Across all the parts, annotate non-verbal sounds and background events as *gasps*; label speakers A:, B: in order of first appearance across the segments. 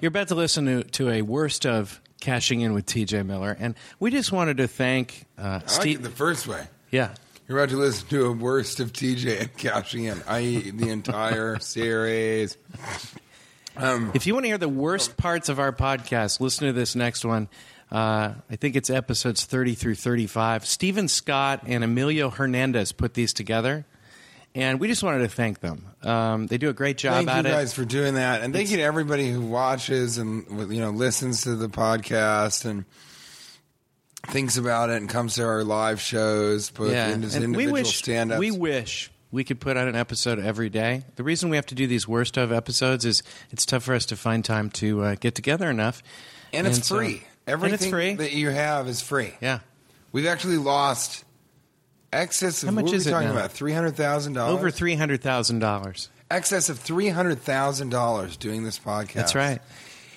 A: You're about to listen to, to a worst of cashing in with TJ Miller, and we just wanted to thank uh,
B: I like it
A: Steve.
B: the first way.
A: yeah,
B: You're about to listen to a worst of TJ and cashing in, i.e.,
A: *laughs*
B: the entire series.
A: If you want to hear the worst parts of our podcast, listen to this next one. Uh, I think it's episodes 30 through 35. Stephen Scott and Emilio Hernandez put these together, and we just wanted to thank them. Um, they do a great job
B: Thank
A: at
B: you guys
A: it.
B: for doing that, and thank you to everybody who watches and you know listens to the podcast and thinks about it and comes to our live shows, both
A: yeah,
B: in as
A: and we
B: individual
A: wish
B: stand-ups.
A: we wish we could put out an episode every day. The reason we have to do these worst of episodes is it's tough for us to find time to uh, get together enough,
B: and it's
A: so-
B: free. Everything
A: and it's free.
B: that you have is free.
A: yeah,
B: We've actually lost excess of
A: How much
B: what are
A: is
B: we
A: it
B: talking
A: now?
B: about? Three hundred thousand dollars.
A: over three hundred thousand dollars.
B: excess of three hundred thousand dollars doing this podcast.
A: That's right.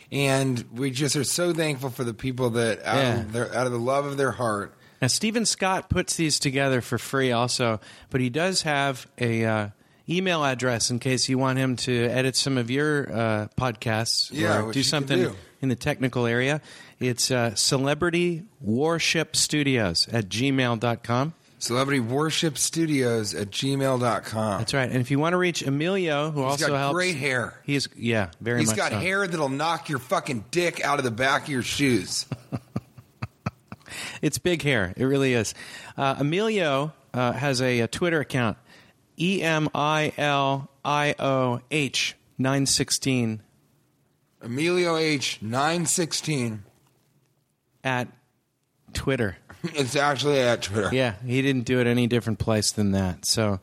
B: And we just are so thankful for the people that out,
A: Yeah.
B: of, their, out of the love of their heart.
A: Now, Stephen Scott puts these together for free, also, but he does have a uh, email address in case you want him to edit some of your uh, podcasts
B: Yeah,
A: or
B: which
A: do
B: he can
A: something
B: do.
A: in the technical area. It's uh, Celebrity Warship Studios at gmail.com.
B: Celebrity Worship Studios at gmail.com.
A: That's right. And if you want to reach Emilio, who also
B: got
A: helps,
B: great hair.
A: He's yeah, very
B: He's
A: much.
B: got
A: so.
B: hair that'll knock your fucking dick out of the back of
A: *laughs*
B: your shoes.
A: It's big hair. It really is. Uh, Emilio uh, has a, a Twitter account, E M I L I O H nine sixteen
B: Emilio H nine sixteen.
A: at Twitter.
B: It's actually at Twitter.
A: Yeah, he didn't do it any different place than that. So.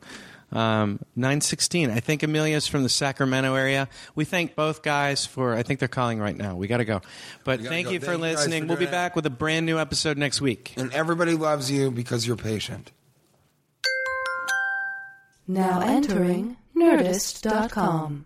A: Um, 916. I think Emilio's from the Sacramento area. We thank both guys for, I think they're calling right now. We got to go. But
B: gotta
A: thank
B: go.
A: you for
B: Thank you guys
A: listening.
B: for
A: we'll be
B: doing it.
A: back with a brand new episode next week.
B: And everybody loves you because you're patient.
C: Now entering Nerdist.com.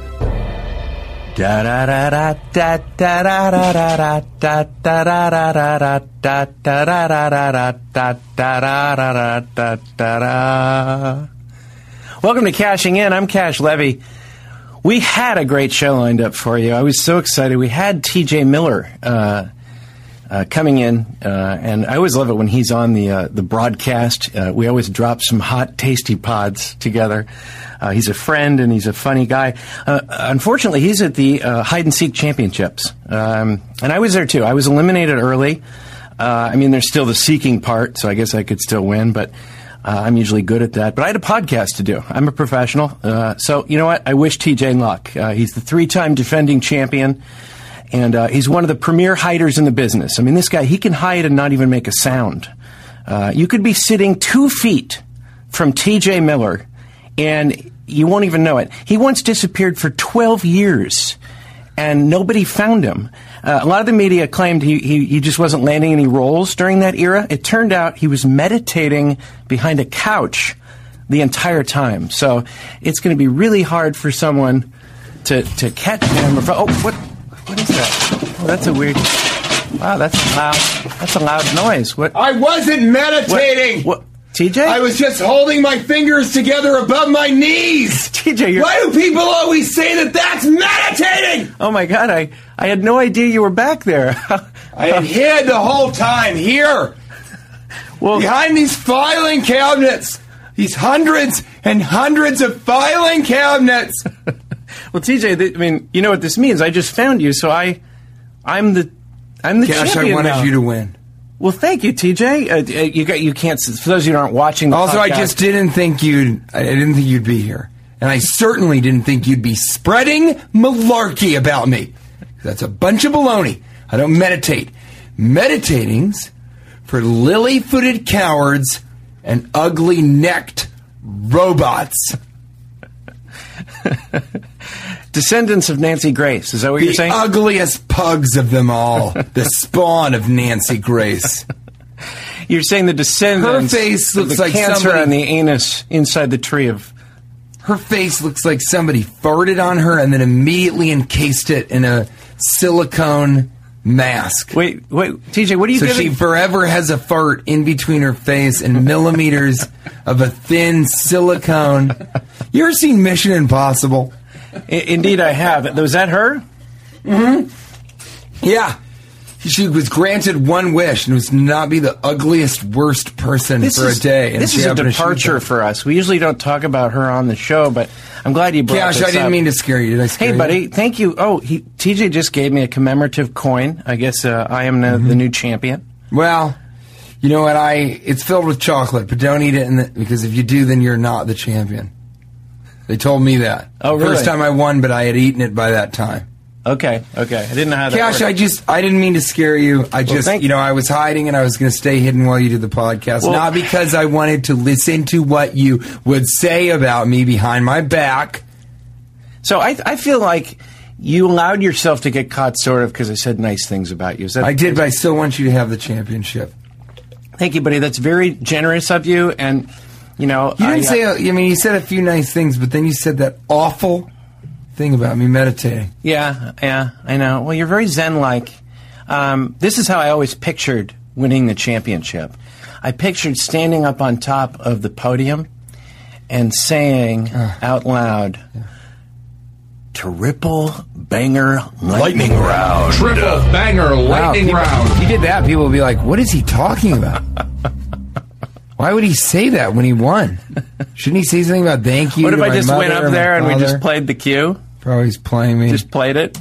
D: Da da da da da da da da da da da da da da da da da da da da da da da da da da da da da.
A: Welcome to Cashing In. I'm Cash Levy. We had a great show lined up for you. I was so excited. We had TJ Miller uh, uh, coming in, uh, and I always love it when he's on the uh, the broadcast. Uh, we always drop some hot, tasty pods together. Uh, he's a friend and he's a funny guy. Uh, unfortunately, he's at the uh, hide and seek championships, um, and I was there too. I was eliminated early. Uh, I mean, there's still the seeking part, so I guess I could still win, but uh, I'm usually good at that. But I had a podcast to do. I'm a professional. Uh, so, you know what? I wish TJ luck. Uh, he's the three time defending champion, and uh, he's one of the premier hiders in the business. I mean, this guy, he can hide and not even make a sound. Uh, you could be sitting two feet from TJ Miller, and you won't even know it. He once disappeared for 12 years, and nobody found him. Uh, a lot of the media claimed he, he, he just wasn't landing any roles during that era. It turned out he was meditating behind a couch the entire time. So it's going to be really hard for someone to, to catch him. Or, fo- oh, what, what is that? Oh, that's a weird. Wow, that's a loud. That's a loud noise. What?
B: I wasn't meditating.
A: What? TJ?
B: I was just holding my fingers together above my
A: *laughs*
B: knees.
A: TJ, you're-
B: why do people always say that that's meditating?
A: Oh my God! I I had no idea you were back there. *laughs*
B: I had hid the whole time here,
A: well,
B: behind these filing cabinets, these hundreds and hundreds of filing cabinets.
A: well, TJ. Th- I mean, you know what this means. I just found you, so I I'm the I'm the
B: Gosh, I
A: champion
B: wanted
A: now.
B: you to win.
A: Well, thank you, TJ. Uh, d- uh, you got you can't. s- For those of you who aren't watching, the
B: Also, I
A: podcast-
B: just didn't think you'd. I didn't think you'd be here, and I certainly didn't think you'd be spreading malarkey about me. That's a bunch of baloney. I don't meditate. Meditating's for lily-footed cowards and ugly-necked robots.
A: Descendants of Nancy Grace. Is that what
B: The uh,
A: you're saying?
B: ugliest pugs of them all.
A: *laughs*
B: the spawn of Nancy Grace.
A: You're saying the descendants.
B: Her face
A: of
B: looks
A: the
B: like
A: cancer
B: somebody-
A: on the anus inside the tree of.
B: Her face looks like somebody farted on her and then immediately encased it in a silicone mask.
A: Wait, wait, TJ, what are you
B: So she
A: giving?
B: forever has a fart in between her face and millimeters of a thin silicone. You ever seen Mission Impossible?
A: I- indeed, I have. Was that her?
B: Yeah. She was granted one wish and was to not be the ugliest, worst person for
A: is,
B: a day. And
A: This
B: she
A: is a
B: happened to shoot
A: departure
B: that.
A: for us. We usually don't talk about her on the show, but I'm glad you brought
B: Gosh,
A: this
B: I didn't
A: up.
B: mean to scare you. Did I scare
A: Hey,
B: you?
A: buddy, thank you. Oh, he, TJ just gave me a commemorative coin. I guess uh, I am
B: Mm-hmm.
A: now the new champion.
B: Well, you know what? I it's filled with chocolate, but don't eat it in the, because if you do, then you're not the champion. They told me that.
A: Oh,
B: The First
A: really?
B: time I won, but I had eaten it by that time.
A: Okay, okay. I didn't know how that
B: Gosh,
A: worked.
B: I just I didn't mean to scare you. I just
A: thank-
B: you know I was hiding and I was going to stay hidden while you did the podcast,
A: Well-
B: not because I wanted to listen to what you would say about me behind my back.
A: So I, I feel like you allowed yourself to get caught sort of because I said nice things about you. Is that
B: I did, but I still want you to have the championship.
A: Thank you, buddy. That's very generous of you. And, you know,
B: You didn't
A: I,
B: say.
A: uh,
B: I mean, you said a few nice things, but then you said that awful thing about me meditating.
A: Yeah, yeah, I know. Well, you're very zen like. Um, this is how I always pictured winning the championship. I pictured standing up on top of the podium and saying
B: Ah.
A: out loud, Triple banger lightning round.
E: Triple banger lightning
B: people-
E: round.
B: If you did that, people would be like, "What is he
A: *laughs*
B: talking about? Why would he say that when he won? Shouldn't he say something about thank you?"
A: What if
B: to
A: I
B: my
A: just went
B: mother
A: up
B: my
A: there and we
B: father?"
A: just played the cue?
B: Probably he's playing me,
A: Just played it?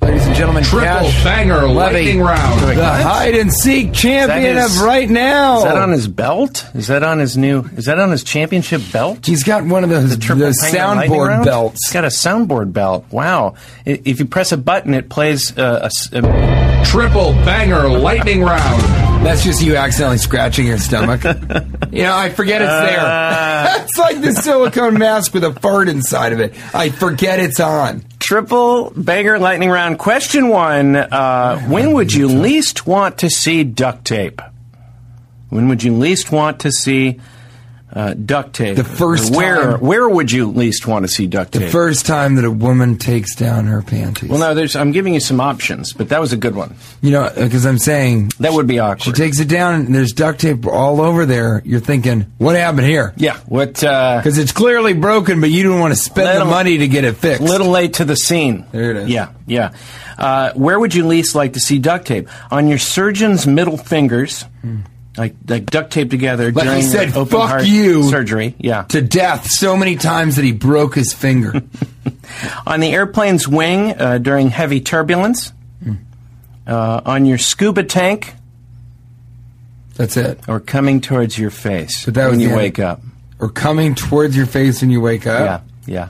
B: ladies and gentlemen.
E: Triple
B: Cash
E: banger
B: Levy,
E: lightning round.
B: the
A: What?
B: hide and seek champion
A: That is-
B: of right now.
A: Is that on his belt? Is that on his new? Is that on his championship belt?
B: He's got one of those,
A: Triple
B: those
A: Penguin Lightning
B: soundboard
A: Round?
B: belts.
A: He's got a soundboard belt. Wow! I- If you press a button, it plays. Uh, a s- a-
E: Triple banger lightning round.
B: That's just you accidentally scratching
A: *laughs*
B: your stomach. you know, I forget it's
A: Uh.
B: there. *laughs* it's like the silicone mask with a fart inside of it. I forget it's on.
A: triple banger lightning round. Question one: uh, When would you least want to see duct tape? When would you least want to see uh, duct tape?
B: The first
A: Where
B: time-
A: where would you least want to see duct
B: The
A: tape?
B: first time that a woman takes down her panties.
A: well, no, there's. I'm giving you some options, but that was a good one.
B: You know, because I'm saying
A: That would be
B: she
A: awkward.
B: takes it down and there's duct tape all over there. You're thinking, what happened here?
A: yeah. What? Uh,
B: Because it's clearly broken, but you don't want to spend
A: Little-
B: the money to get it fixed.
A: Little late to the scene.
B: There it is.
A: Yeah, yeah. Uh, where would you least like to see duct tape? On your surgeon's middle fingers, like like duct tape together
B: Hmm. Like
A: during
B: he said,
A: your open
B: fuck
A: heart
B: you
A: surgery. Yeah.
B: to death so many times that he broke
A: *laughs*
B: his finger.
A: on the airplane's wing uh, during heavy turbulence.
B: Hmm.
A: Uh, on your scuba tank
B: That's it.
A: or coming towards your face
B: But that was
A: when you
B: the end. Oh.
A: wake up.
B: Or coming towards your face when you wake up.
A: Yeah, yeah.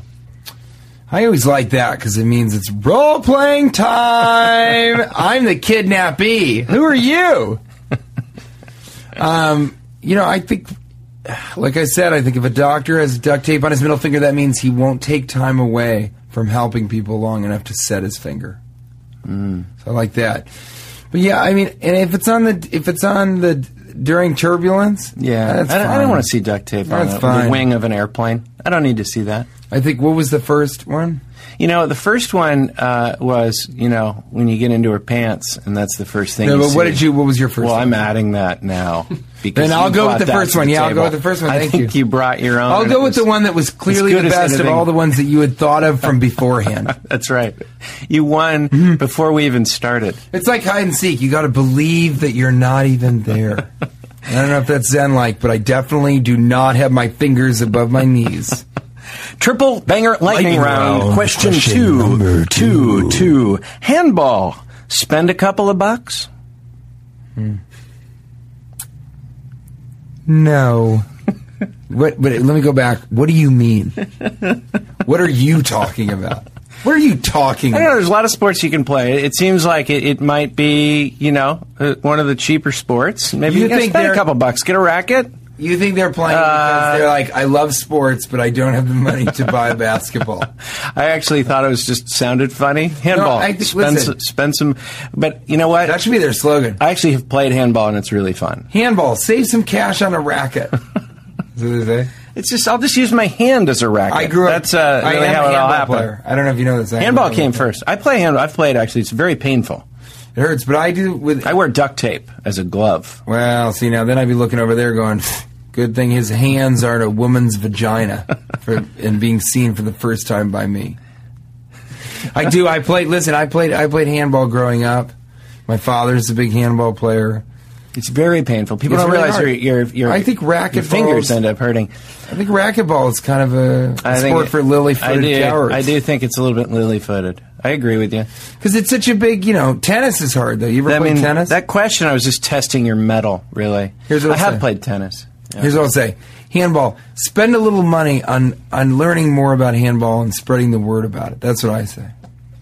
B: I always like that because it means it's role
A: *laughs*
B: playing time. I'm the kidnappee. Who are you? Um, you know, I think, like I said, I think if a doctor has duct tape on his middle finger, that means he won't take time away from helping people long enough to set his finger.
A: Mm.
B: So I like that. But yeah, I mean, and if it's on the if it's on the during turbulence,
A: Yeah,
B: that's
A: I don't,
B: fine.
A: want to see duct tape on
B: That's
A: a- the
B: fine.
A: wing of an airplane. I don't need to see that.
B: I think what was the first one?
A: You know, the first one uh, was you know when you get into her pants, and that's the first thing.
B: No,
A: you
B: but what
A: see.
B: did you- what was your first
A: Well,
B: one?
A: I'm adding that
B: *laughs*
A: now. Because
B: Then I'll
A: you
B: go with
A: brought
B: the
A: that
B: first
A: to
B: one. Yeah, I'll
A: table.
B: go with the first one.
A: I
B: Thank
A: think
B: you.
A: brought your own.
B: I'll
A: and
B: go
A: it
B: with the one that was
A: as
B: clearly
A: good
B: the
A: as
B: best
A: anything.
B: of all the ones that you had thought
A: *laughs*
B: of from beforehand.
A: That's right. You won
B: Mm-hmm.
A: before we even started.
B: it's like hide and seek. You got to believe that you're not even there. I don't know if that's Zen like, but I definitely do not have my fingers above my knees.
A: Triple banger lightning,
B: Lightning
A: round.
B: round.
A: Question,
B: Question
A: two,
B: number
A: two, two. Handball. Spend a couple of bucks.
B: No. What? But let me go back. What do you mean? What are you talking about? What are you talking
A: I don't know.
B: about?
A: There's a lot of sports you can play. It, it seems like it, it might be, you know, uh, one of the cheaper sports. Maybe
B: You
A: you, can
B: think
A: spend a
B: they're-
A: couple bucks, get a racket.
B: You think they're
A: Uh,
B: playing because they're like, I love sports, but I don't have the money to buy basketball.
A: I actually thought it was just sounded funny. Handball.
B: No, I-
A: spend, some,
B: listen.
A: spend some. But you know what?
B: That should be their slogan.
A: I actually have played handball and it's really fun.
B: Handball, save some cash on
A: *laughs*
B: a racket. Is that what they say?
A: It's just I'll just use my hand as a racket.
B: I grew up.
A: That's uh,
B: I
A: really
B: am
A: how
B: a
A: it all
B: handball
A: happened.
B: player. I don't know if you know this. I am a
A: Handball came first. I play handball. I've played actually. It's very painful.
B: It hurts, but I do with.
A: I wear duct tape as a glove.
B: well, see now, then I'd be looking over there going, "Good thing his hands aren't a woman's vagina,"
A: *laughs*
B: for, and being seen for the first time by me. I do. I played. Listen, I played. I played handball growing up. My father's a big handball player.
A: It's very painful. People
B: It's
A: don't
B: really
A: realize
B: hard.
A: your, your your
B: I think
A: your
B: racquetballs-
A: fingers end up hurting.
B: I think racquetball is kind of a, a
A: I think
B: sport
A: it-
B: for lily
A: I do.
B: footed cowards.
A: I do think it's a little bit lily footed. I agree with you.
B: because it's such a big. You know, tennis is hard though. You ever
A: I
B: play
A: mean,
B: tennis?
A: that question I was just testing your metal. Really,
B: Here's what
A: I
B: I'll
A: have
B: say.
A: played tennis. Yeah.
B: Here's what I'll say: handball. Spend a little money on on learning more about handball and spreading the word about it. That's what I say.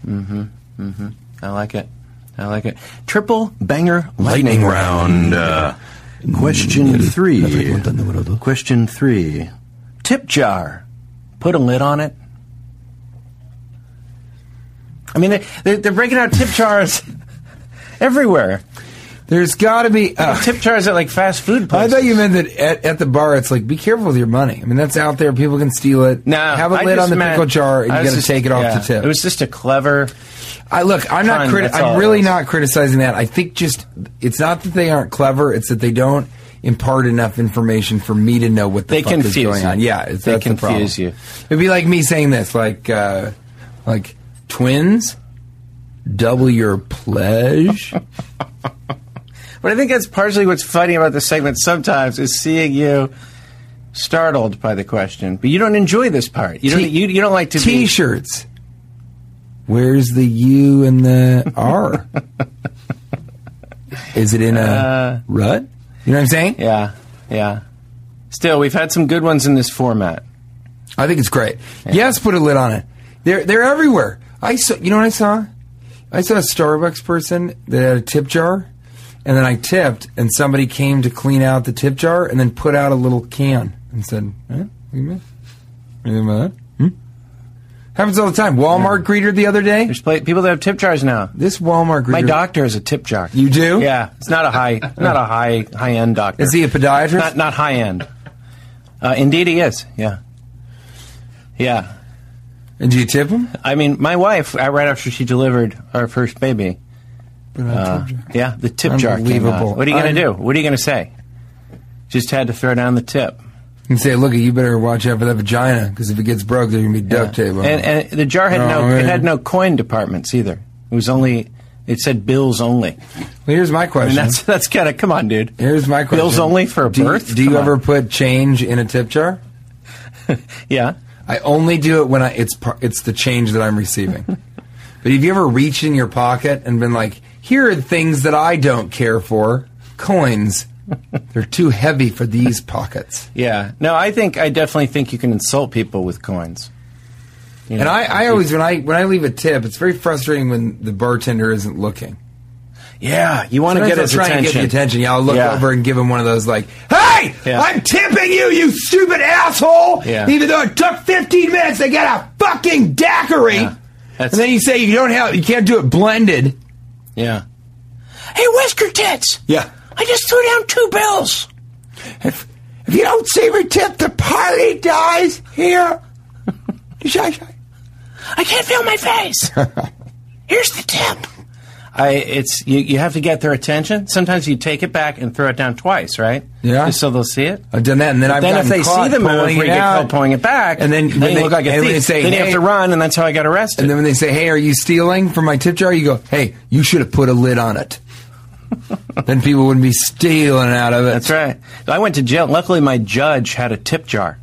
A: I like it. I like it. Triple banger lightning,
F: Lightning
A: round.
F: round. Uh, Hmm. question three. Question three.
A: Tip jar. Put a lid on it. I mean, they- they're, they're breaking out tip jars *laughs* everywhere.
B: There's got to be. Uh,
A: Tip jars at like fast food
B: I
A: places.
B: thought you meant that at, at the bar, it's like be careful with your money. I mean, that's out there. People can steal it.
A: No,
B: have a
A: I
B: lid
A: just
B: on the
A: meant-
B: pickle jar, and
A: I
B: you
A: was
B: got to
A: just-
B: take it off
A: yeah.
B: the tip.
A: It was just a clever.
B: I look. I'm not.
A: Fun,
B: Criti-
A: that's all
B: I'm
A: it
B: really
A: is.
B: not criticizing that. I think just it's not that they aren't clever. It's that they don't impart enough information for me to know what the
A: They
B: fuck is
A: confuse
B: going
A: you.
B: on. Yeah, it's,
A: They
B: that's the problem.
A: confuse you.
B: It'd be like me saying this, like, uh, like twins, double your
A: *laughs*
B: pledge.
A: But I think that's partially what's funny about this segment sometimes is seeing you startled by the question. But you don't enjoy this part. You don't,
B: T-
A: you, you don't like to be-
B: T-shirts. Where's the U and the
A: *laughs*
B: R? is it in a
A: Uh,
B: rut? You know what I'm saying?
A: Yeah, yeah. Still, we've had some good ones in this format.
B: I think it's great. Yes, put a lid on it. They're they're everywhere. I saw. You know what I saw? I saw a Starbucks person that had a tip jar, and then I tipped, and somebody came to clean out the tip jar, and then put out a little can and said, eh, "Look at me. Anything about that? Hmm? Happens all the time. Walmart greeter the other day.
A: There's pla people that have tip jars now.
B: This Walmart greeter.
A: My doctor is a tip jar.
B: You do?
A: Yeah, it's not a high, not a high high end doctor.
B: Is he a podiatrist?
A: Not not high end. Uh, indeed, he is. Yeah, yeah.
B: and do you tip him?
A: I mean, my wife, uh, right after she delivered our first baby,
B: Put out a
A: uh,
B: tip jar.
A: yeah, the tip jar. came out.
B: Unbelievable.
A: What are you going to do?
B: Un-
A: What are you going to say? Just had to throw down the tip.
B: And say, look, you better watch out for that vagina because if it gets broke, there's gonna be duct tape. on
A: And,
B: it."
A: and the jar had
B: Oh,
A: no, it
B: man.
A: had no coin departments either. It was only, it said bills only.
B: well, here's my
A: I mean,
B: question.
A: that's *laughs* that's kind of come on, dude.
B: Here's my question.
A: Bills only for a
B: do,
A: birth?
B: Do you
A: Come on.
B: ever put change in a tip jar?
A: Yeah.
B: I only do it when I it's par- it's the change that
A: *laughs*
B: I'm receiving. but have you ever reached in your pocket and been like, "Here are things that I don't care for.
A: *laughs*
B: Coins. They're too heavy for these pockets."
A: Yeah. No, I think I definitely think you can insult people with coins. You
B: And
A: know,
B: I, I always when I when I leave a tip, it's very frustrating when the bartender isn't looking.
A: yeah, you want to get
B: Sometimes
A: his
B: I'll try
A: attention.
B: and get the attention. Yeah, I'll look
A: Yeah.
B: over and give him one of those like, "Hey,
A: Yeah.
B: I'm tipping you, you stupid asshole!"
A: Yeah.
B: Even though it took 15 minutes to get a fucking daiquiri,
A: Yeah.
B: and
A: That's-
B: then you say you don't have, you can't do it blended.
A: Yeah. Hey, Whisker Tits.
B: Yeah.
A: I just threw down two bills.
B: If, if you don't save your tip, the party dies here. Shy, shy.
A: I can't feel my *laughs* face. Here's the tip. I it's you, you have to get their attention. Sometimes you take it back and throw it down twice, right?
B: Yeah.
A: Just so they'll see it.
B: I've done that, and then I've
A: then if
B: gotten
A: they
B: caught
A: see the move,
B: pulling
A: we
B: it
A: get
B: out,
A: caught pulling it back,
B: and then
A: then
B: when
A: you
B: they
A: look like a
B: and when they
A: thief.
B: say,
A: then you
B: "Hey,"
A: have to run, and that's how I got arrested.
B: And then when they say, "Hey, are you stealing from my tip jar?" You go, "Hey, you should have put a lid
A: *laughs*
B: on it." then people wouldn't be stealing out of it.
A: That's right. So I went to jail. Luckily, my judge had a tip jar,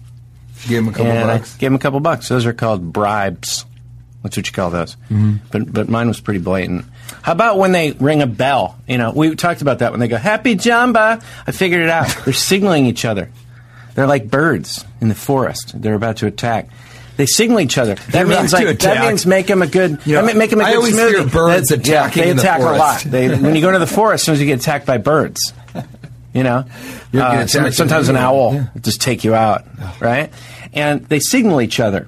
B: Give him a couple
A: and
B: bucks.
A: I gave him a couple bucks. Those are called bribes. That's what you call those.
B: Mm-hmm.
A: But but mine was pretty blatant. How about when they ring a bell? You know, we talked about that when they go "Happy Jamba." I figured it out.
B: *laughs*
A: They're signaling each other. They're like birds in the forest. They're about to attack. They signal each other. That
B: They're about
A: means
B: to
A: like, that
B: attack.
A: means make them a good.
B: You know,
A: I mean, make 'em a
B: I
A: good
B: always
A: smoothie.
B: hear birds
A: That- yeah,
B: attacking
A: they
B: in the
A: attack a lot.
B: forest. *laughs*
A: They, when you go to the forest, sometimes you get attacked by birds. You know,
B: You're gonna
A: Uh, some-
B: attack
A: sometimes
B: them.
A: an owl
B: Yeah.
A: will just take you out, right? And they signal each other,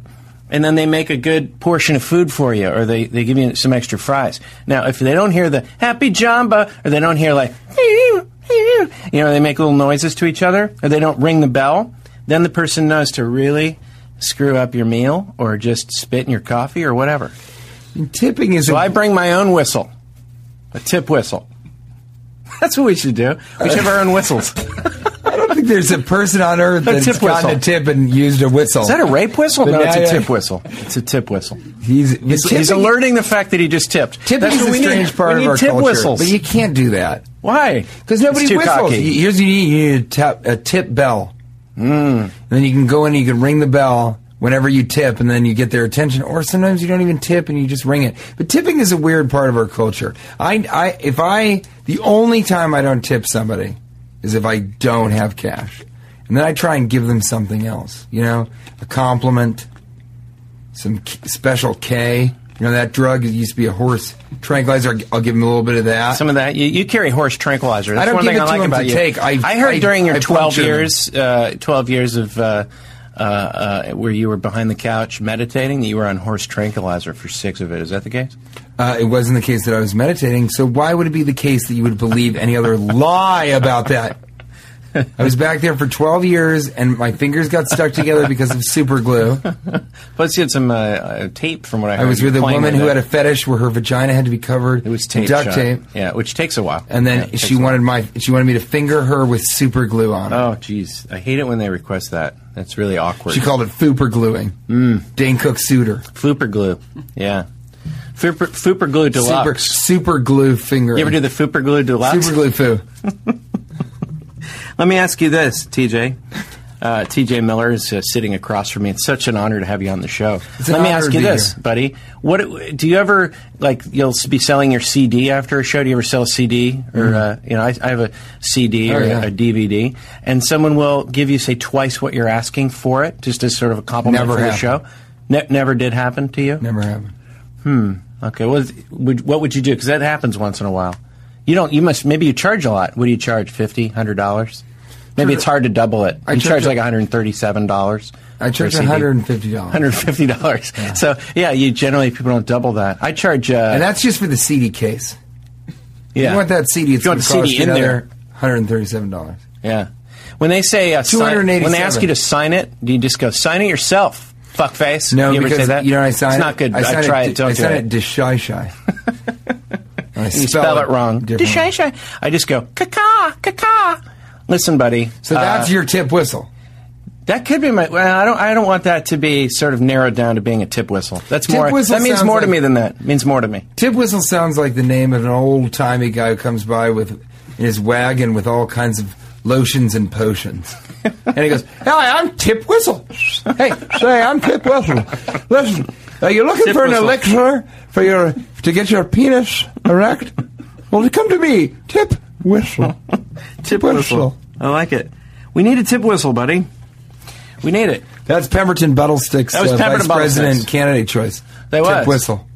A: and then they make a good portion of food for you, or they, they give you some extra fries. Now, if they don't hear the happy jamba, or they don't hear like, *laughs* you know, they make little noises to each other, or they don't ring the bell, then the person knows to really screw up your meal, or just spit in your coffee, or whatever.
B: Tipping is
A: So
B: a-
A: I bring my own whistle, a tip whistle. *laughs* That's what we should do. We should have our own whistles. Is
B: I don't think there's a person on earth
A: A
B: that's
A: tip whistle.
B: gotten a tip and used a whistle.
A: that a rape whistle?
B: But
A: No, it's
B: yeah,
A: a
B: yeah.
A: tip whistle. It's a tip whistle.
B: He's,
A: He's, he's
B: tipping-
A: alerting the fact that he just tipped.
B: Tipping
A: That's
B: is
A: what
B: a
A: we
B: strange
A: need.
B: part
A: we
B: of
A: need
B: our
A: tip
B: culture,
A: whistles.
B: but you can't do that
A: Why?
B: because
A: It's
B: nobody
A: too
B: whistles.
A: cocky.
B: You- Here's what you need: you need a tap, a tip bell.
A: Mm.
B: And then you can go in and you can ring the bell whenever you tip, and then you get their attention. Or sometimes you don't even tip and you just ring it. But tipping is a weird part of our culture. I, I, if I, the only time I don't tip somebody is if I don't have cash, and then I try and give them something else. You know, a compliment, some K- special K. You know that drug? It used to be a horse tranquilizer. I'll give him a little bit of that.
A: Some of that you, you carry horse tranquilizer. That's
B: I don't
A: one
B: give
A: thing
B: it
A: I
B: to
A: like
B: him
A: about
B: to
A: you.
B: take. I-
A: heard
B: I-
A: during your
B: I
A: twelve
B: puncture them.
A: years, uh, twelve years of uh, uh, uh, where you were behind the couch meditating, that you were on horse tranquilizer for six of it. Is that the case?
B: Uh, it wasn't the case that I was meditating, so why would it be the case that you would believe any
A: *laughs*
B: other lie about that? I was back there for 12 years, and my fingers got stuck together because of super glue.
A: Plus, you had some uh, uh, tape from what I heard.
B: I was
A: You
B: with
A: were
B: a
A: playing
B: woman
A: with
B: who had
A: it.
B: a fetish where her vagina had to be covered
A: It was
B: in
A: tape.
B: duct
A: Sean.
B: tape,
A: Yeah, which takes a while.
B: and
A: Yeah,
B: then
A: it takes
B: she
A: a while.
B: wanted my she wanted me to finger her with super glue on. it.
A: Oh, jeez. I hate it when they request that. That's really awkward.
B: She called it fooper gluing. Mm. Dane Cook suitor.
A: Fooper glue. Yeah. Fooper, fooper glue
B: Super,
A: deluxe.
B: super glue finger.
A: You ever do the fooper glue deluxe?
B: super glue foo?
A: Let me ask you this, TJ. Uh, TJ Miller is uh, sitting across from me. It's such an honor to have you on the show.
B: It's an
A: Let me
B: honor
A: ask
B: to
A: you
B: be
A: this,
B: here.
A: buddy. What do you ever like? You'll s- be selling your CD after a show. Do you ever sell a CD or uh, you know? I, I have a CD
B: Mm-hmm. Oh,
A: or
B: yeah.
A: a DVD, and someone will give you say twice what you're asking for it, just as sort of a compliment
B: Never
A: for the
B: happened.
A: show. Ne- never did happen to you.
B: Never happened.
A: Okay, what, is- would, what would you do? Because that happens once in a while. You don't. You must. Maybe you charge a lot. What do you charge? Fifty, hundred dollars. Maybe it's hard to double it.
B: I
A: you charge
B: charge a-
A: like one hundred thirty-seven dollars.
B: I charge $150.
A: Hundred fifty dollars. So yeah, you generally people don't double that. I charge. Uh,
B: And that's just for the CD case.
A: yeah.
B: You want that CD? It's
A: You want the
B: gonna cost
A: CD in
B: another
A: there?
B: $137.
A: Yeah. When they say uh, sign, when they ask you to sign it, do you just go sign it yourself? Fuckface.
B: No,
A: you ever
B: because
A: say that?
B: you know I signed.
A: It's not good.
B: I,
A: I,
B: signed
A: tried
B: it.
A: it. Don't
B: I
A: do it.
B: signed it. Dishai shy.
A: *laughs*
B: I
A: you spell it wrong.
B: differently.
A: Dishasha. I just go kaka kaka. Listen, buddy. uh,
B: So that's your tip whistle.
A: that could be my. Well, I don't. I don't want that to be sort of narrowed down to being a tip whistle. That's
B: Tip
A: more.
B: whistle
A: that means
B: sounds
A: more to
B: like-
A: me than that. means more to me.
B: Tip whistle sounds like the name of an old timey guy who comes by with in his wagon with all kinds of lotions
A: *laughs*
B: and potions. and he goes, "Hi, I'm Tip Whistle. Hey, say I'm Tip Whistle. Listen, are you looking
A: Tip
B: for an
A: Whistle.
B: elixir for your to get your penis erect? Well, come to me, Tip Whistle.
A: Tip
B: whistle.
A: I like it. We need a tip whistle, buddy. We need it.
B: That's Pemberton Buttlestick's
A: That was
B: uh,
A: Pemberton
B: vice president
A: Buttlesticks.
B: candidate choice.
A: That was.
B: Tip Whistle.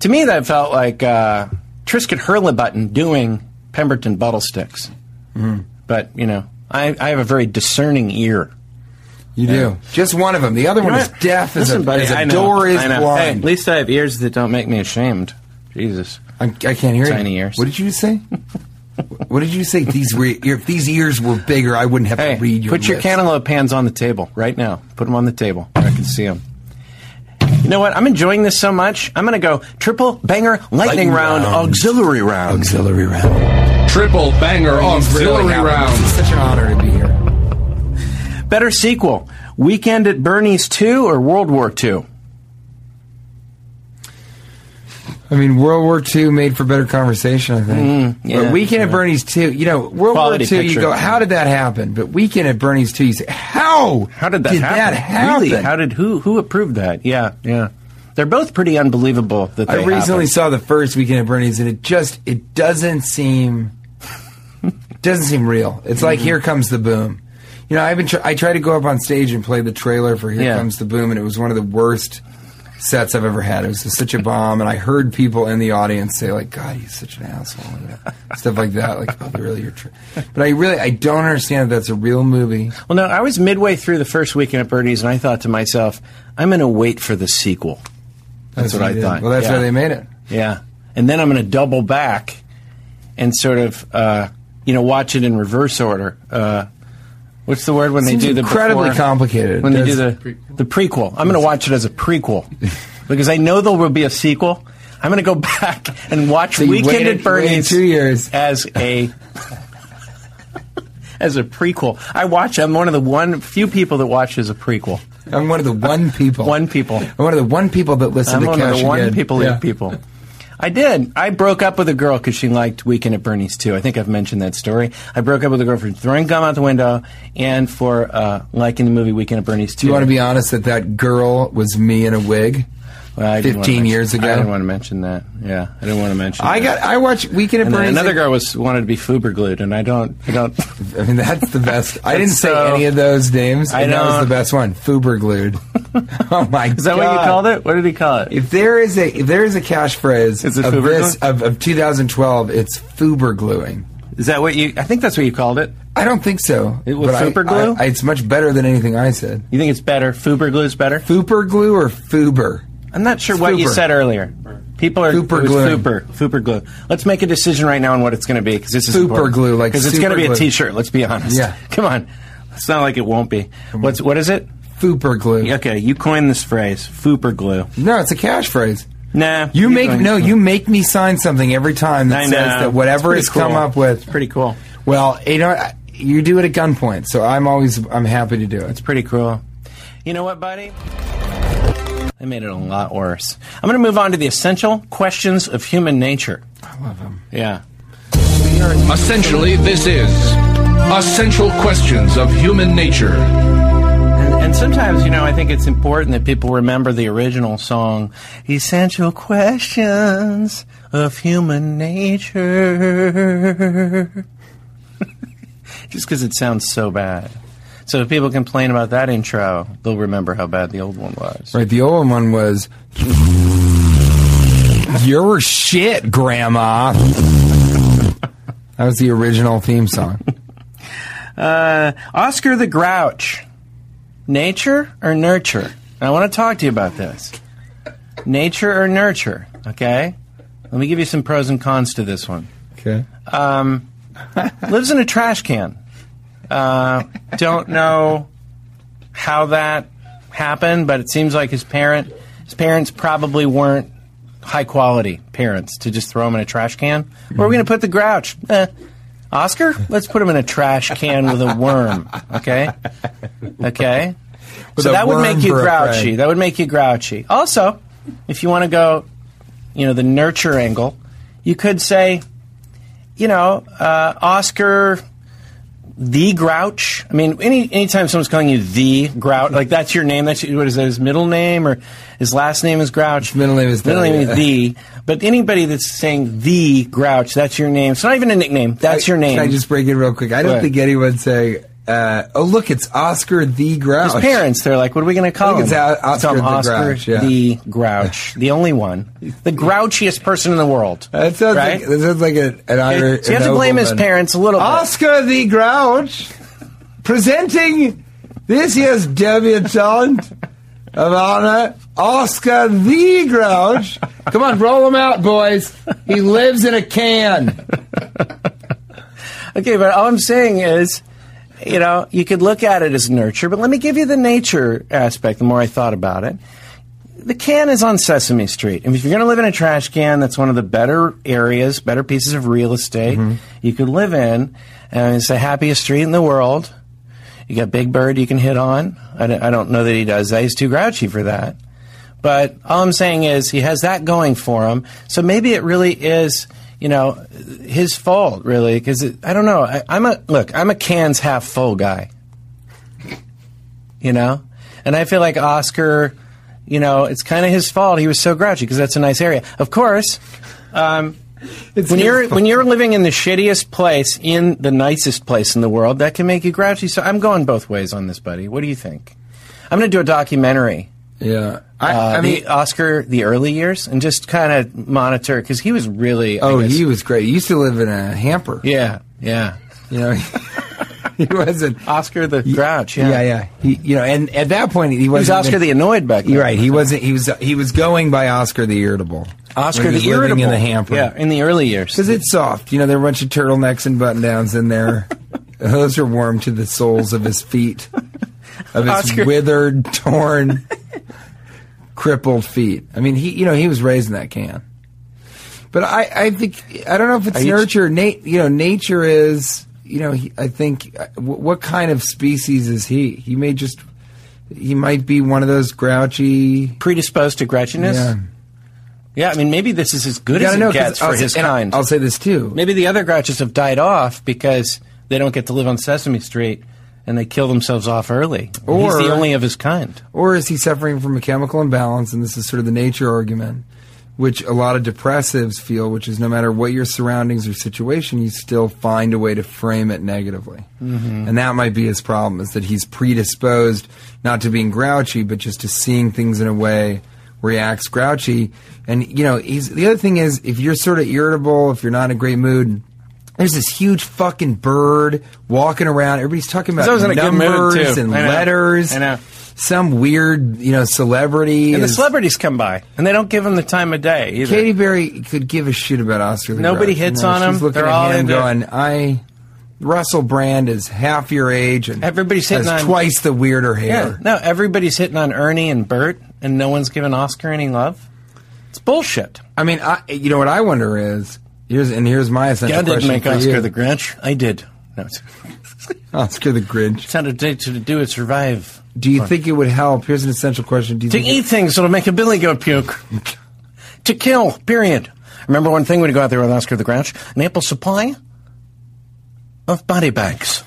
A: To me, that felt like uh, Trisket Hurlibutton doing Pemberton Buttlesticks.
B: Mm-hmm.
A: But you know, I, I have a very discerning ear.
B: You do just one of them. The other one is
A: Right.
B: deaf as
A: Listen,
B: a,
A: buddy,
B: as a
A: I know,
B: door is
A: I know. Hey,
B: blind.
A: at least I have ears that don't make me ashamed. Jesus.
B: I'm, I can't hear
A: Tiny
B: you.
A: ears.
B: What did you say?
A: *laughs*
B: what did you say? If these were, if these ears were bigger, I wouldn't have
A: Hey,
B: to read your
A: put your
B: lips.
A: cantaloupe hands on the table right now. Put them on the table. I can see them. You know what? I'm enjoying this so much. I'm going to go triple banger lightning,
B: Lightning
A: round,
B: round.
A: auxiliary round.
B: auxiliary round.
E: Triple banger auxiliary
B: Really happy. It's
E: round.
B: such an honor to be here.
A: Better sequel: Weekend at Bernie's Two or World War Two?
B: I mean, World War II made for better conversation. I think.
A: Mm, yeah,
B: but Weekend at Bernie's too. You know, World
A: Quality
B: War II.
A: picture.
B: You go, how did that happen? But Weekend at Bernie's too. You say, how?
A: How did that happen?
B: happen?
A: Really? How did who who approved that? Yeah, yeah. They're both pretty unbelievable that they
B: I recently
A: happened.
B: saw the first Weekend at Bernie's, and it just it
A: *laughs*
B: doesn't seem doesn't seem real. It's like
A: Mm-hmm.
B: Here Comes the Boom. You know, I've been tr- I tried to go up on stage and play the trailer for Here
A: Yeah.
B: Comes the Boom, and it was one of the worst sets I've ever had. It was such a bomb, and I heard people in the audience say like, "God, he's such an asshole," and uh, stuff like that. Like, oh, really, you're. Tr-. But I really, I don't understand that that's a real movie.
A: Well, no, I was midway through the first weekend at Bernie's, and I thought to myself, I'm going to wait for the sequel. That's, what,
B: they
A: I
B: did.
A: thought.
B: Well, that's
A: yeah.
B: why they made it.
A: Yeah, and then I'm going to double back and sort of, uh, you know, watch it in reverse order. Uh, what's the word when
B: Seems
A: they do the
B: incredibly
A: before-
B: complicated.
A: When they do the
B: That's-
A: the prequel, I'm going to watch it as a
B: *laughs*
A: prequel because I know there will be a sequel. I'm going to go *laughs* back and watch
B: So you
A: Weekend
B: waited-
A: at Bernie's
B: waited two years.
A: as a as a prequel. I watch. I'm one of the one few people that watches a prequel.
B: I'm one of the one people.
A: One people.
B: I'm one of the one people that listen
A: I'm
B: to
A: one
B: Cash
A: of the one
B: Again.
A: people
B: Yeah.
A: eat people. I did. I broke up with a girl because she liked Weekend at Bernie's too. I think I've mentioned that story. I broke up with a girl for throwing gum out the window and for uh, liking the movie Weekend at Bernie's too.
B: Do you want to be honest that that girl was me in a wig?
A: Well, I didn't wanna
B: 15
A: mention-
B: years ago?
A: I didn't want to mention that. Yeah, I didn't want to mention.
B: I
A: that.
B: got. I watched Weekend at
A: And then
B: Bernie's.
A: another girl was wanted to be glued, and I don't. I *laughs* don't.
B: I mean, that's the best. I didn't say
A: So-
B: any of those names.
A: I
B: and that was
A: don't-
B: the best one. Fuber
A: *laughs*
B: glued. oh my god!
A: Is that what you called it? What did he call it?
B: If there is a if there is a cash phrase
A: Is it
B: of
A: Fuber
B: this
A: gluing?
B: of, of 2012, it's Fuber gluing.
A: Is that what you? I think that's what you called it.
B: I don't think so.
A: It was
B: but I-
A: Fuber glue?
B: I- I- it's much better than anything I said.
A: You think it's better? glue is better.
B: Fuber glue or Fuber?
A: I'm not sure
B: It's
A: what you
B: Fuber.
A: said earlier. People are
B: Fuber
A: it was
B: glue.
A: Fuber, Fuber glue. Let's make a decision right now on what it's going to be because this is
B: Fuber
A: important.
B: glue, like
A: 'Cause it's going to
B: super
A: be a
B: glue.
A: T-shirt. Let's be honest.
B: Yeah.
A: come on. It's not like it won't be. What's what is it?
B: Fuber glue.
A: Okay, you coined this phrase, Fuber glue.
B: No, it's a cash phrase.
A: Nah,
B: You make
A: coined
B: no.
A: it.
B: You make me sign something every time that
A: I
B: says
A: know.
B: that whatever
A: It's
B: it's,
A: pretty
B: come
A: cool.
B: up with.
A: It's pretty cool.
B: Well, you know, I- you do it at gunpoint, so I'm always I'm happy to do it.
A: It's pretty cruel. You know what, buddy? I made it a lot worse. I'm going to move on to the essential questions of human nature.
B: I love them.
A: Yeah.
E: Essentially, this is Essential Questions of Human Nature.
A: And, and sometimes, you know, I think it's important that people remember the original song, Essential Questions of Human Nature. *laughs* Just because it sounds so bad. So if people complain about that intro, they'll remember how bad the old one was.
B: Right, the old one was your shit, Grandma. that was the original theme song.
A: Uh, Oscar the Grouch. Nature or nurture? I want to talk to you about this. Nature or nurture, okay? Let me give you some pros and cons to this one.
B: Okay,
A: Um, lives in a trash can. Uh, don't know how that happened, but it seems like his parent, his parents probably weren't high quality parents to just throw him in a trash can. Where are we going to put the grouch? Eh. Oscar, let's put him in a trash can with a worm. Okay, okay. so
B: a
A: that would
B: worm
A: make you
B: for a
A: grouchy.
B: friend.
A: That would make you grouchy. Also, if you want to go, you know, the nurture angle, you could say, you know, uh, Oscar the Grouch. I mean, any anytime someone's calling you the Grouch, like that's your name. That's what is that, his middle name or his last name is Grouch.
B: middle name is
A: middle
B: that,
A: name
B: yeah.
A: is the. But anybody that's saying the Grouch, that's your name. It's not even a nickname. That's your name.
B: Can I just break in real quick? I don't
A: What?
B: think anyone's saying. Uh, oh, look, it's Oscar the Grouch.
A: his parents, they're like, what are we going to call
B: I
A: him?
B: think it's O-
A: Let's call him
B: Oscar the
A: Oscar
B: Grouch, yeah.
A: the
B: *laughs*
A: Grouch, the only one, the grouchiest person in the world.
B: That sounds
A: right?
B: like that sounds like an, an Irish.
A: so you
B: a
A: have to blame his
B: nobleman.
A: parents a little bit.
B: Oscar the Grouch presenting this year's debutant of honor, Oscar the Grouch. Come on, roll him out, boys. He lives in a can.
A: Okay, but all I'm saying is, you know, you could look at it as nurture, but let me give you the nature aspect the more I thought about it. The can is on Sesame Street. And if you're going to live in a trash can, that's one of the better areas, better pieces of real estate you could live in. And it's the happiest street in the world. You got Big Bird you can hit on. I don't, I don't know that he does that. He's too grouchy for that. But all I'm saying is he has that going for him. So maybe it really is, you know, his fault, really, because I don't know. I, I'm a look. I'm a cans half full guy. You know, and I feel like Oscar. You know, it's kind of his fault. He was so grouchy because that's a nice area. Of course, um, when you're when you're living in the shittiest place in the nicest place in the world, that can make you grouchy. So I'm going both ways on this, buddy. What do you think? I'm going to do a documentary
B: Yeah. I,
A: uh,
B: I mean,
A: the Oscar, the early years, and just kind of monitor because he was really. I
B: oh,
A: guess-
B: he was great. He used to live in a hamper.
A: Yeah, yeah.
B: You know, *laughs* he wasn't.
A: Oscar the Grouch. Uh, Yeah,
B: yeah, He, you know, and at that point, he
A: He was
B: wasn't
A: Oscar
B: even-
A: the Annoyed back then.
B: You're right. He wasn't. He was. He was going by Oscar the Irritable.
A: Oscar
B: When he
A: the
B: was living
A: Irritable
B: in the hamper.
A: Yeah, in the early years.
B: because it's soft. You know, there are a bunch of turtlenecks and button downs
A: *laughs*
B: in there. Those are warm to the soles of his feet, of his
A: Oscar.
B: withered, torn, crippled feet. I mean, he. You know, he was raised in that can. But I, I think I don't know if it's
A: you-
B: nurture. Nate, you know, nature is. You know, he, I think. uh, wh- What kind of species is he? He may just. He might be one of those grouchy.
A: Predisposed to grouchiness.
B: Yeah.
A: Yeah, I mean, maybe this is as good
B: Yeah,
A: as
B: I
A: it
B: know, 'cause
A: gets for
B: I'll,
A: his
B: and
A: kind.
B: I'll say this too.
A: maybe the other grouches have died off because they don't get to live on Sesame Street and they kill themselves off early.
B: Or-
A: He's the only of his kind.
B: Or is he suffering from a chemical imbalance? And this is sort of the nature argument, which a lot of depressives feel, which is no matter what your surroundings or situation, you still find a way to frame it negatively.
A: Mm-hmm.
B: And that might be his problem is that he's predisposed not to being grouchy, but just to seeing things in a way where he acts grouchy. And, you know, he's, the other thing is if you're sort of irritable, if you're not in a great mood, there's this huge fucking bird walking around. Everybody's talking about
A: I was in a good mood,
B: numbers
A: too.
B: and
A: I know.
B: letters
A: I know.
B: some weird, you know, celebrity.
A: And the
B: is-
A: celebrities come by and they don't give him the time of day either.
B: Katy Perry could give a shit about Oscar. the
A: Nobody
B: Grouch.
A: hits
B: You know,
A: on
B: she's
A: him.
B: Looking
A: They're
B: at
A: all
B: him
A: into-
B: going, I. Russell Brand is half your age and
A: Everybody's hitting
B: has
A: on-
B: twice the weirder
A: yeah,
B: hair.
A: no, everybody's hitting on Ernie and Bert and no one's giving Oscar any love. It's bullshit.
B: I mean, I, you know what I wonder is here's and here's my essential
A: I didn't
B: question
A: make
B: for
A: Oscar
B: you.
A: the Grinch. I did. No, it's,
B: *laughs*
A: *laughs*
B: Oscar the Grinch.
A: it's not a day to do it survive.
B: Do you think it would help? Here's an essential question. Do you
A: To
B: think it-
A: eat things that'll make a billy goat puke. *laughs* to kill, period. Remember one thing when you go out there with Oscar the Grouch? An ample supply of body bags.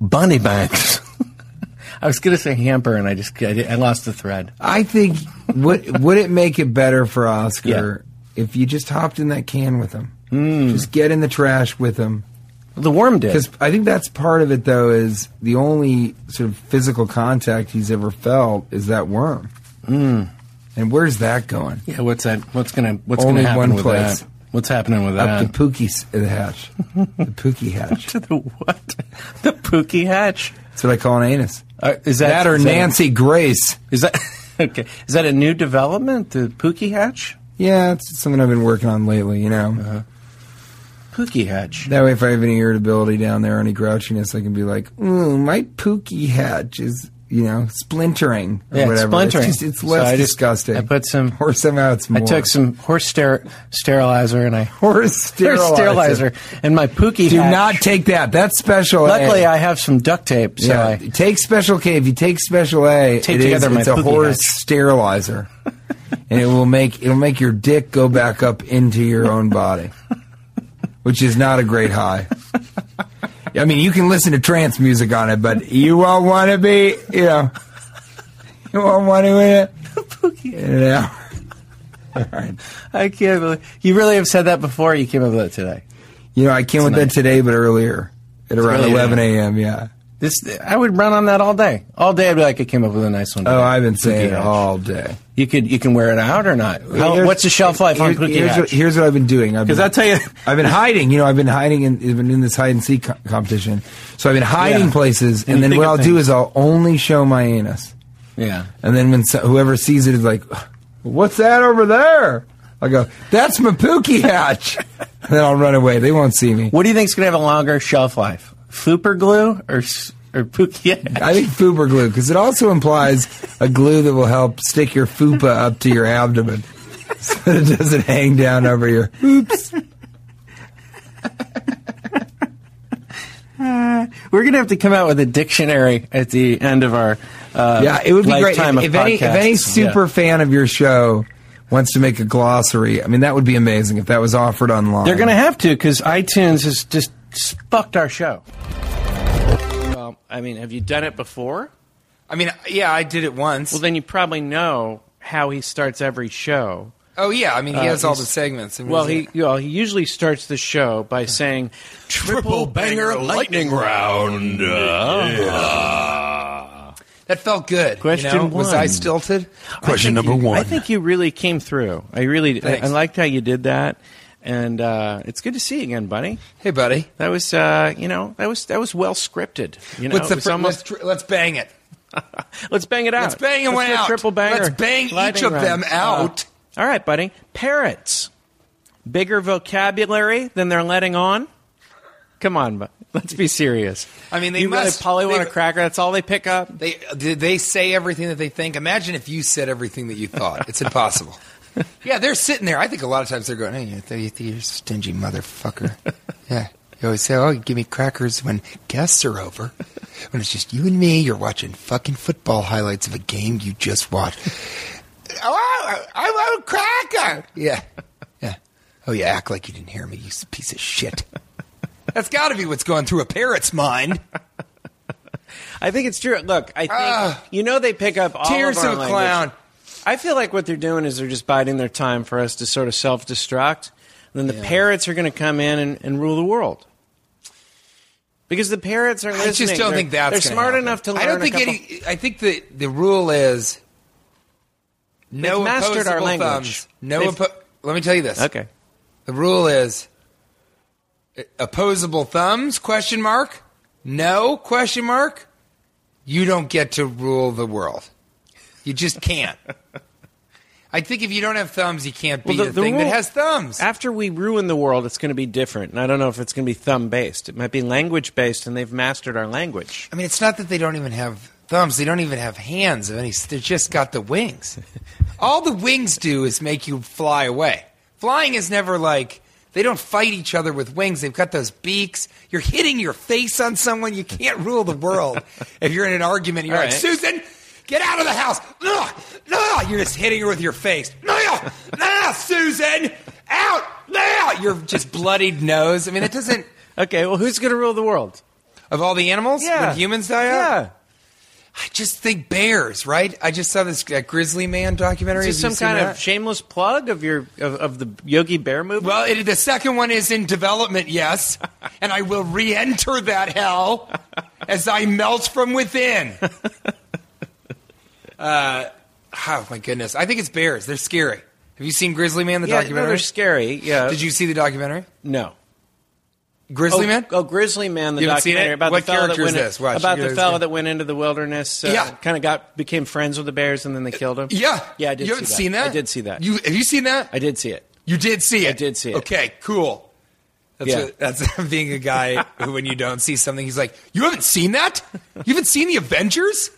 A: Body bags. *laughs* I was going to say hamper, and I just I, did- I lost the thread.
B: I think would would it make it better for Oscar if you just hopped in that can with him?
A: Hmm.
B: Just get in the trash with him.
A: The worm did.
B: Because I think that's part of it, though, is the only sort of physical contact he's ever felt is that worm. Mm.
A: Hmm.
B: And where's that going?
A: yeah, what's that? What's going to what's going
B: Only
A: to happen
B: one
A: with
B: place.
A: that? What's happening with
B: Up
A: that?
B: the Pookie's uh, hatch. the
A: *laughs*
B: Pookie hatch.
A: to the what? the Pookie hatch.
B: That's what I call an anus.
A: Uh, is that,
B: That or
A: is
B: Nancy Grace.
A: Is that *laughs* okay? Is that a new development? The Pookie hatch.
B: Yeah, it's something I've been working on lately, you know.
A: Uh-huh. Pookie hatch.
B: That way, if I have any irritability down there, any grouchiness, I can be like, ooh, my Pookie hatch is, you know, splintering or
A: Yeah, it's
B: whatever.
A: splintering.
B: It's, just, it's
A: So
B: less
A: I just-
B: disgusting.
A: I put
B: *laughs*
A: some-
B: Or somehow it's more.
A: I took some horse ster- sterilizer and I *laughs*
B: Horse sterilizer.
A: horse sterilizer and my Pookie.
B: Do
A: hatch.
B: not take that. That's special.
A: Luckily,
B: A.
A: I have some duct tape, so
B: yeah.
A: I
B: take special K. If you take special A,
A: Tape
B: it is-
A: together my
B: it's a
A: pookie
B: horse
A: hatch. *laughs*
B: sterilizer, and it will make it'll make your dick go back up into your own body, which is not a great high. I mean, you can listen to trance music on it, but you won't want to be, you know, you won't want to in it. In an hour.
A: I can't believe you really have said that before. You came up with that today.
B: You know, I came with that today, but earlier at around
A: really uh,
B: 11 a.m. Yeah.
A: This I would run on that all day. All day, I'd be like, I came up with a nice one.
B: Oh,
A: today.
B: I've been
A: Pookie
B: saying it
A: hatch.
B: all day.
A: You could you can wear it out or not. How-
B: Here's-
A: what's the shelf life on
B: here-
A: Pookie
B: here's,
A: hatch?
B: what, here's what I've been doing. I've
A: 'Cause
B: been-
A: I'll tell you-
B: I've been hiding. You know, I've been hiding in, I've been in this hide and seek co- competition. So I've been hiding
A: Yeah.
B: places,
A: And you
B: and, then
A: think
B: what
A: of
B: I'll do
A: things.
B: is I'll only show my anus,
A: *laughs* yeah.
B: and then when so, whoever sees it is like, "What's that over there?" I go, "That's my Pookie hatch," *laughs* and then I'll run away. They won't see me.
A: What do you think's going to have a longer shelf life? Fooper glue or s- or Pookie? hatch?
B: I think fupa glue because it also implies a glue that will help stick your fupa up to your abdomen *laughs* so that it doesn't hang down over your. Oops.
A: *laughs* We're going to have to come out with a dictionary at the end of our uh,
B: Yeah, it would be great
A: lifetime
B: if,
A: of
B: if any if any
A: podcasts.
B: super
A: Yeah.
B: fan of your show wants to make a glossary. I mean, that would be amazing if that was offered online.
A: They're going to have to because iTunes has just fucked our show. Well, I mean, have you done it before?
B: I mean, yeah, I did it once.
A: Well, then you probably know how he starts every show.
B: oh yeah, I mean, he
A: Uh, he's-
B: segments. and
A: Well,
B: he's-
A: he well, he usually starts the show by saying triple banger lightning round.
B: That felt good. you
G: Question
B: know? Was
G: one.
B: I stilted?
G: I
A: Question
G: think
A: number
G: you-
A: one.
G: I think you really came through. I really, I,
B: Thanks.
G: I liked how you did that, and uh, it's good to see you again, buddy.
B: Hey, buddy.
G: That was, uh, you know, that was that was well scripted. You know,
B: What's
G: it
B: the
G: was
B: fir-
G: almost-
B: let's, tr- let's bang it.
G: Let's bang it out.
B: Let's bang it
G: Let's do a
B: out.
G: Triple banger.
B: Let's bang each
G: Lightning
B: of
G: round.
B: them
G: Uh,
B: out.
G: all right, buddy. Parrots. Bigger vocabulary than they're letting on. Come on, bu- let's be serious.
B: I mean, they
G: you
B: must-
G: really poly want a
B: they-
G: cracker. That's all they pick up.
B: They did they say everything that they think? Imagine if you said everything that you thought. It's
G: *laughs*
B: impossible. yeah, they're sitting there. I think a lot of times they're going, "Hey, you th- you th- you're a stingy
G: *laughs*
B: motherfucker." yeah, you always say, "Oh, you give me crackers when guests are over." When it's just you and me, you're watching fucking football highlights of a game you just watched. oh, I, I want a cracker. Yeah, yeah. Oh, you act like you didn't hear me, you s- piece of
G: *laughs*
B: shit. That's got to be what's going through a parrot's mind.
G: I think it's true. Look, I think
B: Ah.
G: you know they pick up all
B: Tears
G: of, our
B: of a
G: language.
B: clown.
G: I feel like what they're doing is they're just biding their time for us to sort of self destruct. And then the parrots are going to come in and, and rule the world. Because the parrots are
B: I
G: listening.
B: just don't
G: They're-
B: think that's
G: They're
B: gonna
G: smart
B: happen.
G: enough to learn
B: I don't
G: a
B: think
G: couple-
B: any. I think the the rule is no
G: They've mastered our
B: opposable
G: language.
B: thumbs. No.
G: They've-
B: Oppo- let me tell you this.
G: Okay.
B: The rule is uh, opposable thumbs? Question mark. No? Question mark. You don't get to rule the world. You just
G: *laughs*
B: can't. I think if you don't have thumbs, you can't be
G: Well,
B: the, thing
G: rule-
B: that has thumbs.
G: After we ruin the world, it's going to be different. And I don't know if it's going to be thumb based. It might be language based, and they've mastered our language.
B: I mean, it's not that they don't even have thumbs. They don't even have hands of any. They've just got the
G: *laughs*
B: wings. All the wings do is make you fly away. Flying is never like they don't fight each other with wings. They've got those beaks. You're hitting your face on someone. You can't rule the
G: *laughs*
B: world. if you're in an argument, you're
G: All
B: like
G: right.
B: Susan. Get out of the house! No, no! You're just hitting her with your face. No, no, Susan, out! No, your just bloodied nose. I mean, it doesn't.
G: Okay, well, who's going to rule the world?
B: Of all the animals, when humans die out,
G: Yeah.
B: I just think bears, right? I just saw this uh, grizzly man documentary.
G: Is this
B: Have
G: some
B: you
G: kind
B: seen
G: of shameless plug of your of, of the Yogi Bear movie?
B: that? Well, it, the second one is in development, yes,
G: *laughs*
B: and I will re-enter that hell as I melt from
G: *laughs*
B: within. Uh, oh my goodness! I think it's bears. They're scary. Have you seen Grizzly Man? The
G: yeah, no,
B: documentary.
G: they're scary. Yeah.
B: Did you see the documentary?
G: No.
B: Grizzly
G: oh,
B: Man.
G: Oh, Grizzly Man, the
B: You haven't seen
G: documentary
B: it?
G: about
B: What
G: the fellow that
B: character is
G: went in-
B: this? Watch,
G: about
B: you
G: the
B: guys-
G: fellow that went into the wilderness. Uh,
B: Yeah. Uh,
G: kind of got became friends with the bears and then they killed him.
B: Yeah,
G: yeah, I did.
B: You haven't
G: see
B: seen that?
G: I did see that.
B: You have you seen that?
G: I did see it.
B: You did see it.
G: I did see it.
B: Okay, cool. That's,
G: Yeah.
B: what, that's *laughs* being a guy who, when you don't see something, he's like, "You haven't seen that? You haven't seen the Avengers,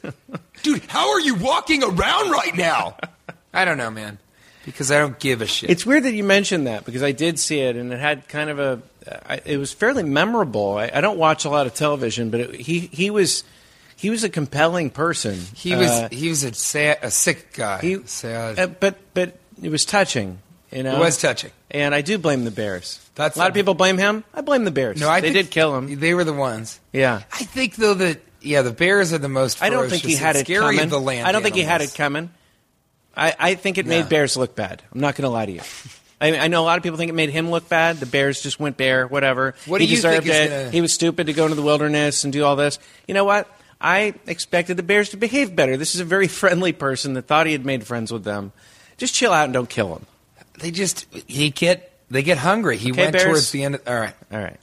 B: dude? How are you walking around right now?" I don't know, man, because I don't give a shit.
G: It's weird that you mentioned that because I did see it and it had kind of a. uh, I, it was fairly memorable. I, I don't watch a lot of television, but it, he he was he was a compelling person.
B: he was
G: Uh,
B: he was a sad, a sick guy.
G: he
B: sad.
G: uh, but but it was touching. You know,
B: It was touching.
G: And I do blame the Bears.
B: That's
G: a lot
B: a-
G: of people blame him. I blame the Bears.
B: no, I
G: they
B: think
G: did kill him.
B: They were the ones.
G: Yeah.
B: I think though that yeah, the Bears are the most.
G: I
B: Ferocious
G: don't think he had
B: and
G: it
B: scary
G: coming.
B: Of the land.
G: I don't think he had
B: animals.
G: it coming. I, I think it
B: No.
G: made Bears look bad. I'm not going to lie *laughs* to you. I, I know a lot of people think it made him look bad. The Bears just went bare, whatever.
B: What
G: he
B: do you
G: deserved
B: think is
G: it.
B: gonna-
G: He was stupid to go into the wilderness and do all this. You know what? I expected the Bears to behave better. This is a very *laughs* friendly person that thought he had made friends with them. Just chill out and don't kill him.
B: They just he get they get hungry. He
G: Okay,
B: went
G: Bears.
B: towards the end. Of, all right.
G: All right.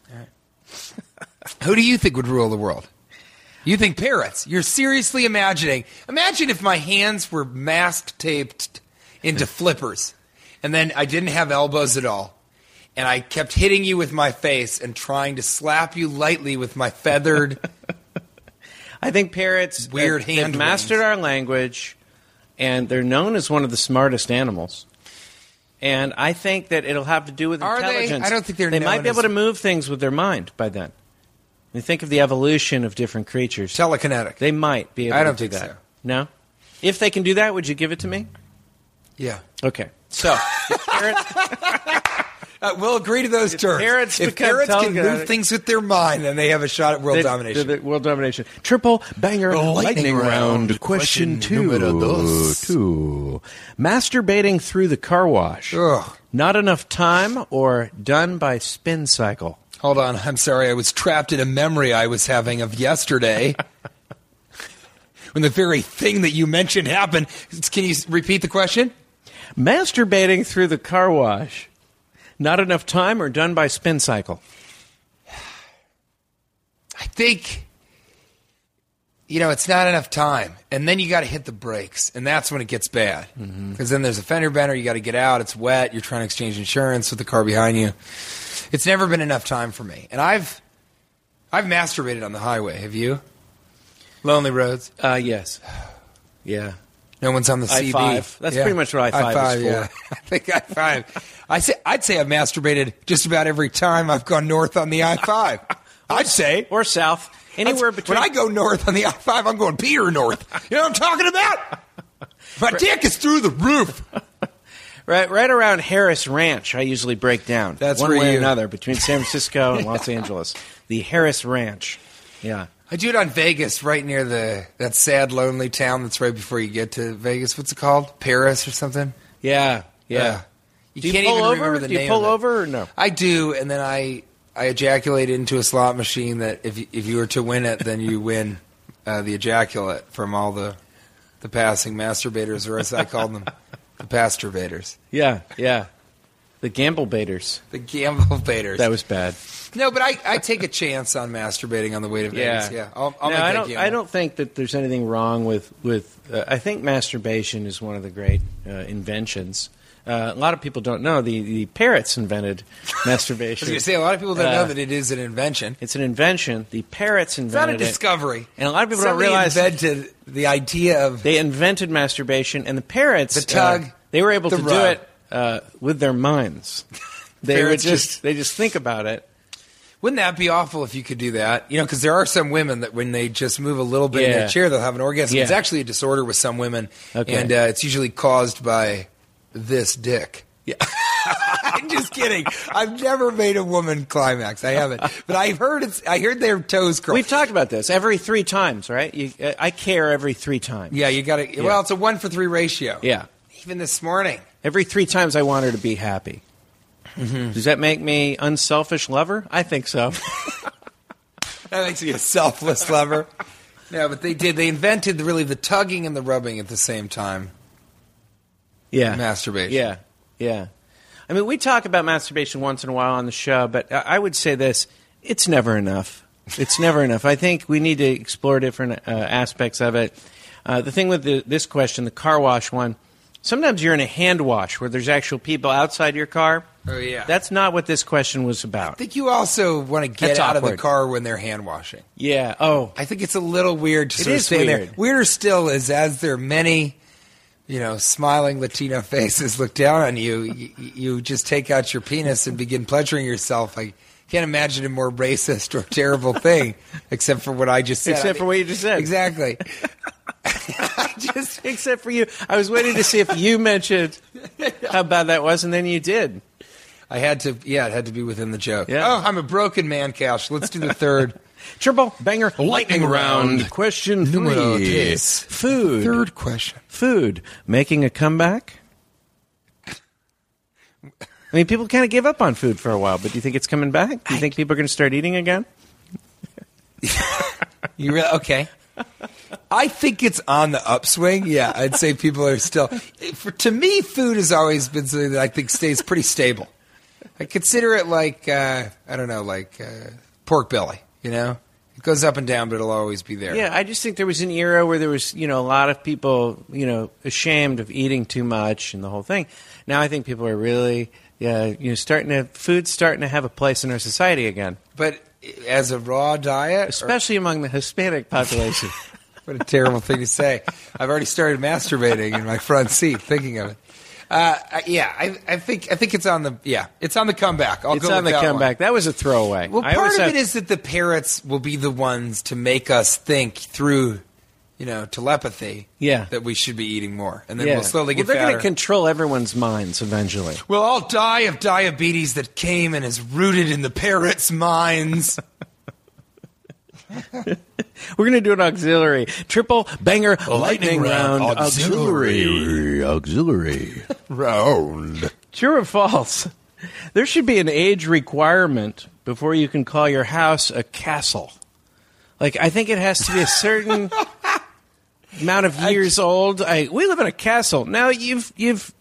B: *laughs* Who do you think would rule the world? You think parrots? You're seriously imagining. Imagine if my hands were mask taped into flippers, and then I didn't have elbows at all, and I kept hitting you with my face and trying to slap you lightly with my
G: *laughs*
B: feathered.
G: I think parrots
B: Weird
G: they
B: hand
G: they've mastered
B: wings.
G: our language, and they're known as one of the smartest animals. And I think that it'll have to do with
B: Are they?
G: intelligence.
B: I don't think they're
G: They might
B: known
G: be able
B: as-
G: to move things with their mind by then. You think of the evolution of different creatures.
B: Telekinetic.
G: They might be able.
B: I don't
G: to do
B: think
G: that.
B: so.
G: No. If they can do that, would you give it to me?
B: yeah.
G: Okay. So if parrots,
B: Uh, we'll agree to those terms.
G: parrots
B: if
G: become
B: parrots can
G: telekinetic-
B: move things with their mind, then they have a shot at world
G: they-
B: domination.
G: the- the world domination. Triple banger lightning, round. Question two. Two. Masturbating through the car wash.
B: Ugh.
G: Not enough time or done by spin cycle.
B: Hold on. *laughs* I'm sorry. I was trapped in a memory I was having of yesterday. when the very thing that you mentioned happened. Can you s- repeat the question?
G: Masturbating through the car wash. Not enough time or done by spin cycle.
B: I think, you know, it's not enough time. And then you got to hit the brakes. And that's when it gets bad. Because then there's a fender bender. You got to get out. It's wet. You're trying to exchange insurance with the car behind you. It's never been enough time for me. And I've, I've masturbated on the highway. Have you? Lonely roads.
G: Uh, yes. Yeah.
B: No one's on the
G: I
B: CB.
G: five. That's pretty much what I five is for.
B: yeah. *laughs* I think I five. I say I'd say I've masturbated just about every time I've gone north on the I *laughs* five. I'd say
G: Or south. Anywhere
B: That's-
G: between.
B: When I go north on the I five, I'm going Peter North. You know what I'm talking about? My dick is through the roof.
G: Right, right around Harris Ranch, I usually break down.
B: That's
G: one
B: where
G: way
B: you-
G: or another
B: *laughs*
G: between San Francisco and Los Angeles. The Harris Ranch. Yeah.
B: I do it on Vegas, right near the that sad, lonely town that's right before you get to Vegas. What's it called? Paris or something?
G: Yeah. Yeah.
B: Yeah. You
G: Do you
B: can't
G: pull
B: even
G: over?
B: remember the
G: Do you
B: name of
G: pull
B: it.
G: over or no?
B: I do, and then I I ejaculate into a slot machine that if you, if you were to win it, then you win uh, the ejaculate from all the the passing masturbators, or as I call
G: *laughs*
B: them, the pasturbators,
G: Yeah. Yeah. The gamble baiters.
B: the gamble baiters.
G: That was bad.
B: no, but I, I take a chance on masturbating on the way to Vegas. Yeah, I'll, I'll
G: No,
B: make
G: I
B: that
G: don't.
B: gamble.
G: I don't think that there's anything wrong with with. Uh, I think masturbation is one of the great uh, inventions. Uh, a lot of people don't know the the
B: *laughs*
G: parrots invented
B: I
G: masturbation.
B: was going to say a lot of people don't know
G: Uh,
B: that it is an invention.
G: It's an invention. The parrots
B: It's not a
G: invented it.
B: discovery,
G: And a lot of people don't
B: Somebody
G: realize-
B: invented the idea of
G: They invented masturbation, and the parrots
B: The tug,
G: uh, they were able
B: the
G: to do
B: rub.
G: it uh, with their
B: *laughs*
G: minds. They would
B: Parrots
G: just,
B: just-
G: they just think about it.
B: Wouldn't that be awful if you could do that? You know, because there are some women that when they just move a little bit in
G: Yeah.
B: their chair, they'll have an orgasm. It's
G: Yeah.
B: actually a disorder with some women,
G: Okay.
B: and uh, it's usually caused by this dick. Yeah. *laughs* I'm just kidding. I've never made a woman climax. I haven't, but I've heard it's. I heard their toes curl.
G: We've talked about this every three times, right? You, uh, I care every three times.
B: yeah, you got to. Well, it's a one for three ratio.
G: Yeah.
B: Even this morning. *laughs*
G: Every three times I want her to be happy. Does that make me unselfish lover? I think so.
B: That makes me a selfless
G: *laughs*
B: lover. No, but they did. They invented the- really the tugging and the rubbing at the same time.
G: yeah.
B: Masturbation.
G: Yeah. Yeah. I mean, we talk about masturbation once in a while on the show, but I I would say this it's never enough. It's never enough. I think we need to explore different uh, aspects of it. Uh, the thing with the, this question, the car wash one, sometimes you're in a hand wash where there's actual people outside your car.
B: Oh, yeah.
G: That's not what this question was
B: I
G: about.
B: think you also want to get
G: That's
B: out of the
G: awkward.
B: car when they're hand washing.
G: Yeah. Oh,
B: I think it's a little weird to
G: It
B: sort of
G: is
B: stand there.
G: weird.
B: Weirder still is as there are many, you know, smiling Latino *laughs* faces look down on you, you, you just take out your penis and begin pleasuring yourself. I can't imagine a more racist or terrible
G: *laughs*
B: thing, except for what I just said.
G: Except for what you just said. *laughs*
B: Exactly. I just,
G: except for you. I was waiting to see if
B: *laughs*
G: you mentioned how bad that was, and then you did.
B: I had to, yeah, it had to be within the joke.
G: Yeah.
B: Oh, I'm a broken man, Cash. Let's do the third.
G: *laughs* Triple banger
B: Lightning round.
G: Question
B: Numero
G: three:
B: tres.
G: Food.
B: Third question.
G: Food making a comeback. I mean, people kind of gave up on food for a while, but do you think it's coming back? Do you think people are going to start eating again?
B: You really okay? I think it's on the upswing. Yeah, I'd say people are still. For, to me, food has always been something that I think stays pretty stable. I consider it like uh, I don't know, like uh, pork belly. You know, it goes up and down, but it'll always be there.
G: Yeah, I just think there was an era where there was, you know, a lot of people, you know, ashamed of eating too much and the whole thing. Now I think people are really, yeah, you know, starting to food's starting to have a place in our society again,
B: But as a raw diet, or-
G: especially among the Hispanic *laughs* population.
B: what a terrible thing to say. I've already started masturbating in my front seat thinking of it. Uh, I- yeah, I, I think I think it's on the yeah, it's on the comeback. I'll
G: it's
B: go
G: on the
B: with that one.
G: comeback. That was a throwaway.
B: Well,
G: I
B: part
G: always
B: of
G: have-
B: it is that the parrots will be the ones to make us think through, you know, telepathy.
G: Yeah.
B: that we should be eating more, and then
G: yeah.
B: we'll slowly get
G: well, they're
B: fatter.
G: to control everyone's minds eventually.
B: we'll all die of diabetes that came and is rooted in the parrots' minds.
G: We're going to do an auxiliary triple banger lightning, round,
H: Auxiliary. Auxiliary. Round.
G: True or false? There should be an age requirement before you can call *laughs* your house a castle. Like I think it has to be a certain amount of years old. I, we live in a castle. Now you've you've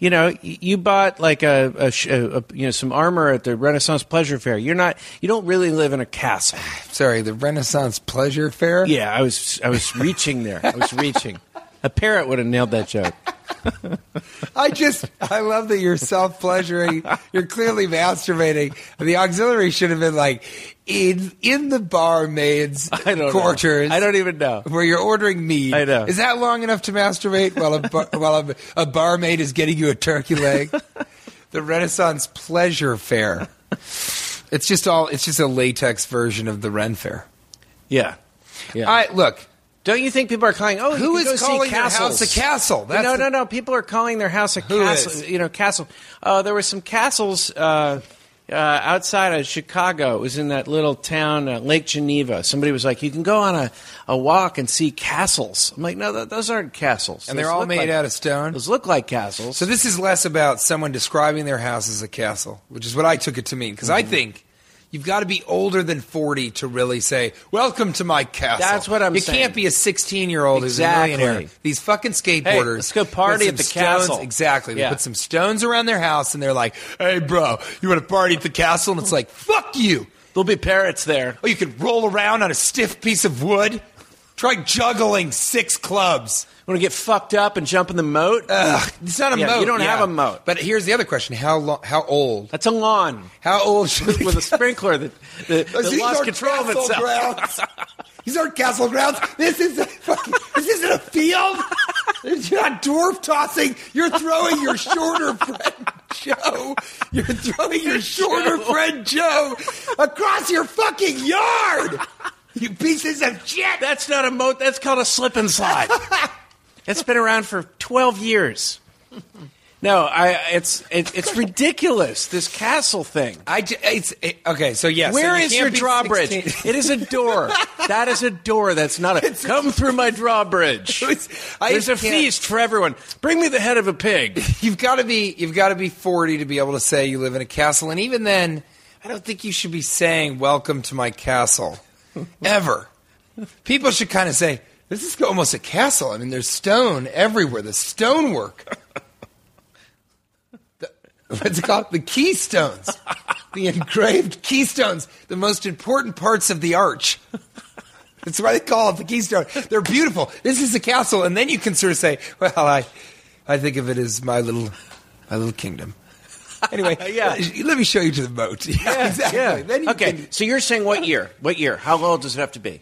G: you know y- you bought like a, a, sh- a, a you know some armor at the Renaissance Pleasure Fair. You're not you don't really live in a castle.
B: *laughs* Sorry, the Renaissance Pleasure Fair.
G: Yeah, I was I was reaching there. I was reaching. A parrot would have nailed that joke.
B: I just, I love that you're self pleasuring. You're clearly masturbating. The auxiliary should have been like, in in the barmaid's
G: *laughs* I don't know.
B: quarters.
G: I don't even know.
B: Where you're ordering meat.
G: I know.
B: Is that long enough to masturbate while a bar, *laughs* while a, a barmaid is getting you a turkey
G: *laughs*
B: leg? the Renaissance Pleasure Fair. It's just all. It's just a latex version of the Ren Fair.
G: Yeah, yeah.
B: I look.
G: don't you think people are calling? Oh,
B: Who
G: you can
B: is
G: go
B: calling
G: see
B: their house
G: castles.
B: a castle? That's
G: no,
B: the-
G: no, no. People are calling their house a
B: Who
G: castle.
B: is?
G: You know, castle. Uh, there were some castles uh, uh, outside of Chicago. It was in that little town, uh, Lake Geneva. Somebody was like, "You can go on a, a walk and see castles." I'm like, "No, th- those aren't castles."
B: And
G: Those
B: they're all
G: look
B: made
G: like-
B: out of stone?
G: Those look like castles.
B: So this is less about someone describing their house as a castle, which is what I took it to mean. Because
G: Mm-hmm.
B: I think you've got to be older than forty to really say, "Welcome to my castle."
G: That's what I'm
B: You
G: saying.
B: can't be a sixteen-year-old
G: Exactly.
B: who's a millionaire. These fucking skateboarders.
G: let's go
B: put
G: party at
B: some
G: the
B: stones-
G: castle.
B: Exactly. They
G: Yeah.
B: put some stones around their house, and they're like, "Hey, bro, you want to party at the castle?" And it's like, "Fuck you."
G: There'll be parrots there.
B: Oh, you could roll around on a stiff piece of wood. Try juggling six clubs.
G: Want to get fucked up and jump in the moat?
B: Ugh, it's not a
G: Yeah,
B: moat.
G: you don't have a moat.
B: But here's the other question: How long? How old?
G: That's a lawn
B: How old should
G: *laughs* with a sprinkler that, that, that
B: These
G: lost
B: aren't
G: control of
B: castle
G: itself.
B: Grounds. These aren't castle grounds. This is a fucking, this isn't a field. You're not dwarf tossing. You're throwing your shorter friend Joe. You're throwing your shorter friend Joe across your fucking yard. You pieces of shit.
G: That's not a moat. That's called a slip
B: *laughs*
G: and slide. it's been around for twelve years. No, I. It's it, it's ridiculous. This castle thing.
B: I j- it's it- okay. So yes.
G: Where
B: and you
G: is
B: can't
G: your
B: be
G: drawbridge?
B: 16.
G: It is a door. That is a door. That's not a come through my
B: *laughs*
G: drawbridge.
B: It's- I
G: There's a
B: can't-
G: feast for everyone. Bring me the head of a pig.
B: you've got to be you've got to be 40 to be able to say you live in a castle and even then i don't think you should be saying welcome to my
G: *laughs*
B: castle ever people should kind of say this is almost a castle i mean there's stone everywhere the stonework The- what's it called the keystones the engraved keystones the most important parts of the arch that's why they call it the Keystone. They're beautiful. This is a castle, and then you can sort of say, "Well, I, I think of it as my little, my little kingdom." Anyway,
G: *laughs* Yeah.
B: let, let me show you to the moat. *laughs* Yeah, *laughs* exactly. Then you
G: okay.
B: can-
G: So you're saying what year? What year? How old does it have to be?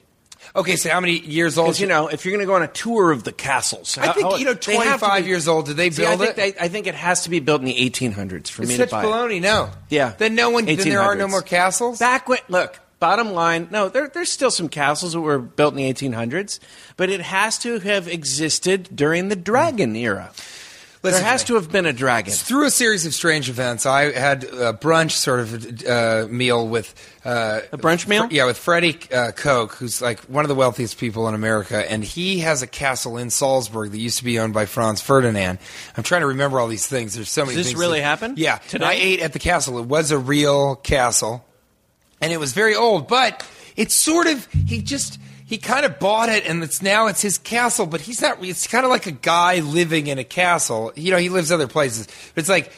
B: okay. So how many years old?
G: Because you know, if you're going to go on a tour of the castles,
B: I think,
G: how-
B: you know,
G: they have to
B: 25
G: be-
B: years old, did they
G: See,
B: build
G: I
B: it?
G: think They, I think it has to be built in the 1800s for
B: it's
G: me
B: such
G: to buy it.
B: baloney. No.
G: Yeah.
B: Then no one. Then there are no
G: 1800s.
B: more castles.
G: Back when, look, bottom line, no, there, there's still some castles that were built in the 1800s, but it has to have existed during the dragon era.
B: Listen
G: there has
B: me.
G: to have been a dragon.
B: Through a series of strange events, I had a brunch sort of uh, meal with uh,
G: A brunch meal?
B: yeah, with Freddie uh, Koch, who's like one of the wealthiest people in America, and he has a castle in Salzburg that used to be owned by Franz Ferdinand. I'm trying to remember all these things. There's so many.
G: this
B: things
G: really
B: that-
G: happen?
B: Yeah,
G: Today?
B: I ate at the castle. It was a real castle, and it was very old, but it's sort of he just. He kind of bought it, and it's now it's his castle. But he's not. It's kind of like a guy living in a castle. You know, he lives other places. But it's like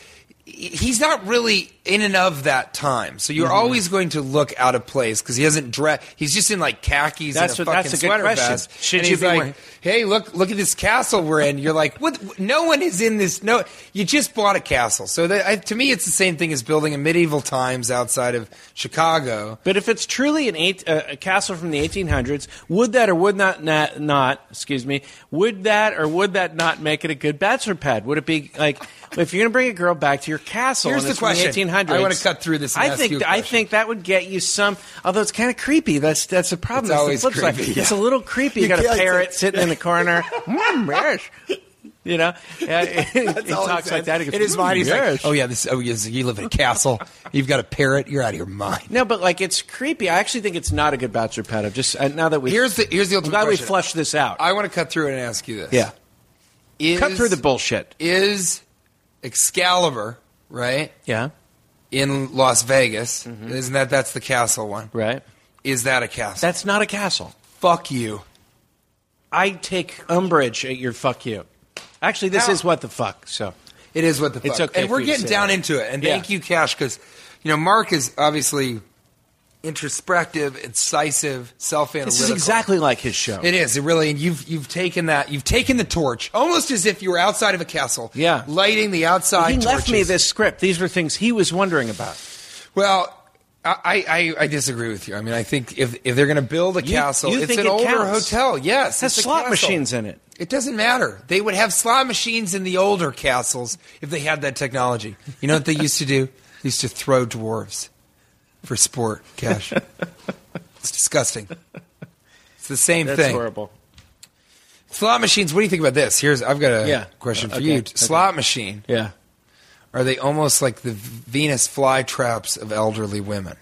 B: he's not really in and of that time. So
G: Mm-hmm.
B: you're always going to look out of place because he hasn't dressed. He's just in like khakis
G: That's
B: and a
G: what-
B: fucking
G: that's a good
B: sweater
G: question.
B: vest.
G: Should
B: and
G: you
B: he's
G: be
B: like,
G: wearing-
B: "Hey, look, look at this castle we're in." You're like, "What? No one is in this. No, you just bought a castle." So that, I, to me, it's the same thing as building in medieval times outside of Chicago.
G: But if it's truly an eight, uh, a castle from the 1800s, would that or would not, not not excuse me, would that or would that not make it a good bachelor pad? Would it be like if you're going to bring a girl back to your castle?
B: Here's
G: and
B: the
G: it's from
B: question.
G: the 1800s,
B: I wanna cut through this and
G: I
B: ask
G: think
B: you a
G: I
B: question.
G: think that would get you some. Although it's kind of creepy. That's that's the problem.
B: It's
G: that's
B: always
G: the flip
B: creepy, *laughs*
G: Side.
B: yeah.
G: It's a little creepy. You,
B: You
G: got a
B: can't say-
G: parrot sitting in
B: *laughs*
G: the corner. Mm, yes. You know, and he
B: all
G: talks
B: says.
G: like that. He goes,
B: It is
G: "Mm,
B: mine. He's
G: yes."
B: like, "Oh yeah, this. Oh yes, you live in a castle. You've got a parrot. You're out of your mind."
G: No, but like it's creepy. I actually think it's not a good bachelor pad. I've just uh, now that we
B: Here's the- here's the ultimate
G: I'm glad
B: question.
G: we flushed this out.
B: I want to cut through it and ask you this.
G: yeah,
B: Is-
G: cut through the bullshit.
B: is Excalibur, right?
G: Yeah,
B: In Las Vegas. Isn't that that's the castle one?
G: Mm-hmm. right.
B: Is that a castle?
G: That's not a castle.
B: fuck you.
G: I take umbrage at your fuck you. Actually, this
B: Now-
G: is what the fuck. So
B: It is what the fuck.
G: It's okay
B: And
G: for
B: we're
G: you to
B: getting
G: say
B: down
G: that.
B: into it. And
G: Yeah.
B: thank you, Cash, because you know Mark is obviously introspective, incisive, self-analytical.
G: this is exactly like his show.
B: It is. It really. And you've you've taken that. You've taken the torch, almost as if you were outside of a castle.
G: Yeah.
B: Lighting the outside.
G: he left me
B: torches.
G: this script. These were things he was wondering about.
B: Well. I, I, I disagree with you. I mean, I think if, if they're going to build a
G: You-
B: castle,
G: you
B: it's
G: think
B: an
G: it
B: older
G: counts?
B: hotel. Yes,
G: It has
B: it's a
G: slot
B: castle.
G: machines in it.
B: It doesn't matter. They would have slot machines in the older castles if they had that technology. You know what they used to do? They used to throw dwarves for sport
G: *laughs*
B: cash. it's disgusting. It's the same
G: That's
B: thing.
G: horrible.
B: Slot machines. What do you think about this? Here's I've got a
G: Yeah.
B: question for
G: Okay.
B: you.
G: Okay.
B: Slot machine.
G: Yeah.
B: Are they almost like the Venus flytraps of elderly women?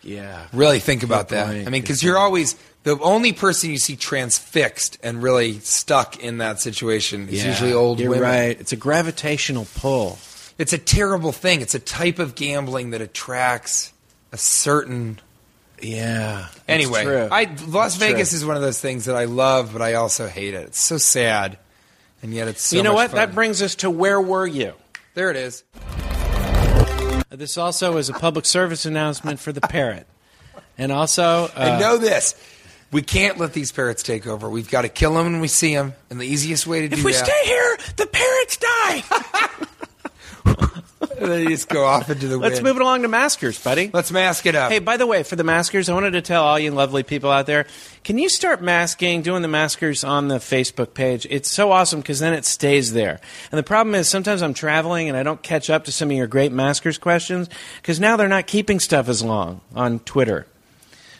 G: Yeah.
B: Really think about that.
G: point.
B: I mean, because you're always the only person you see transfixed and really stuck in that situation is
G: Yeah.
B: usually old
G: You're
B: women.
G: right. It's a gravitational pull.
B: It's a terrible thing. It's a type of gambling that attracts a certain.
G: Yeah. It's
B: Anyway,
G: true.
B: I Las
G: It's
B: Vegas
G: true.
B: is one of those things that I love, but I also hate it. It's so sad, and yet it's so.
G: you know
B: much
G: what?
B: fun.
G: That brings us to where were you?
B: there it is.
G: This also is a public service announcement for the parrot, and also uh,
B: I know this. We can't let these parrots take over. We've got to kill them when we see them, and the easiest way to do that *laughs*
G: here, the parrots die.
B: they just go off into the wind.
G: *laughs* Let's move it along to maskers, buddy.
B: Let's mask it up.
G: Hey, by the way, for the maskers, I wanted to tell all you lovely people out there, can you start masking, doing the maskers on the Facebook page? It's so awesome because then it stays there. And the problem is sometimes I'm traveling and I don't catch up to some of your great maskers questions because now they're not keeping stuff as long on Twitter.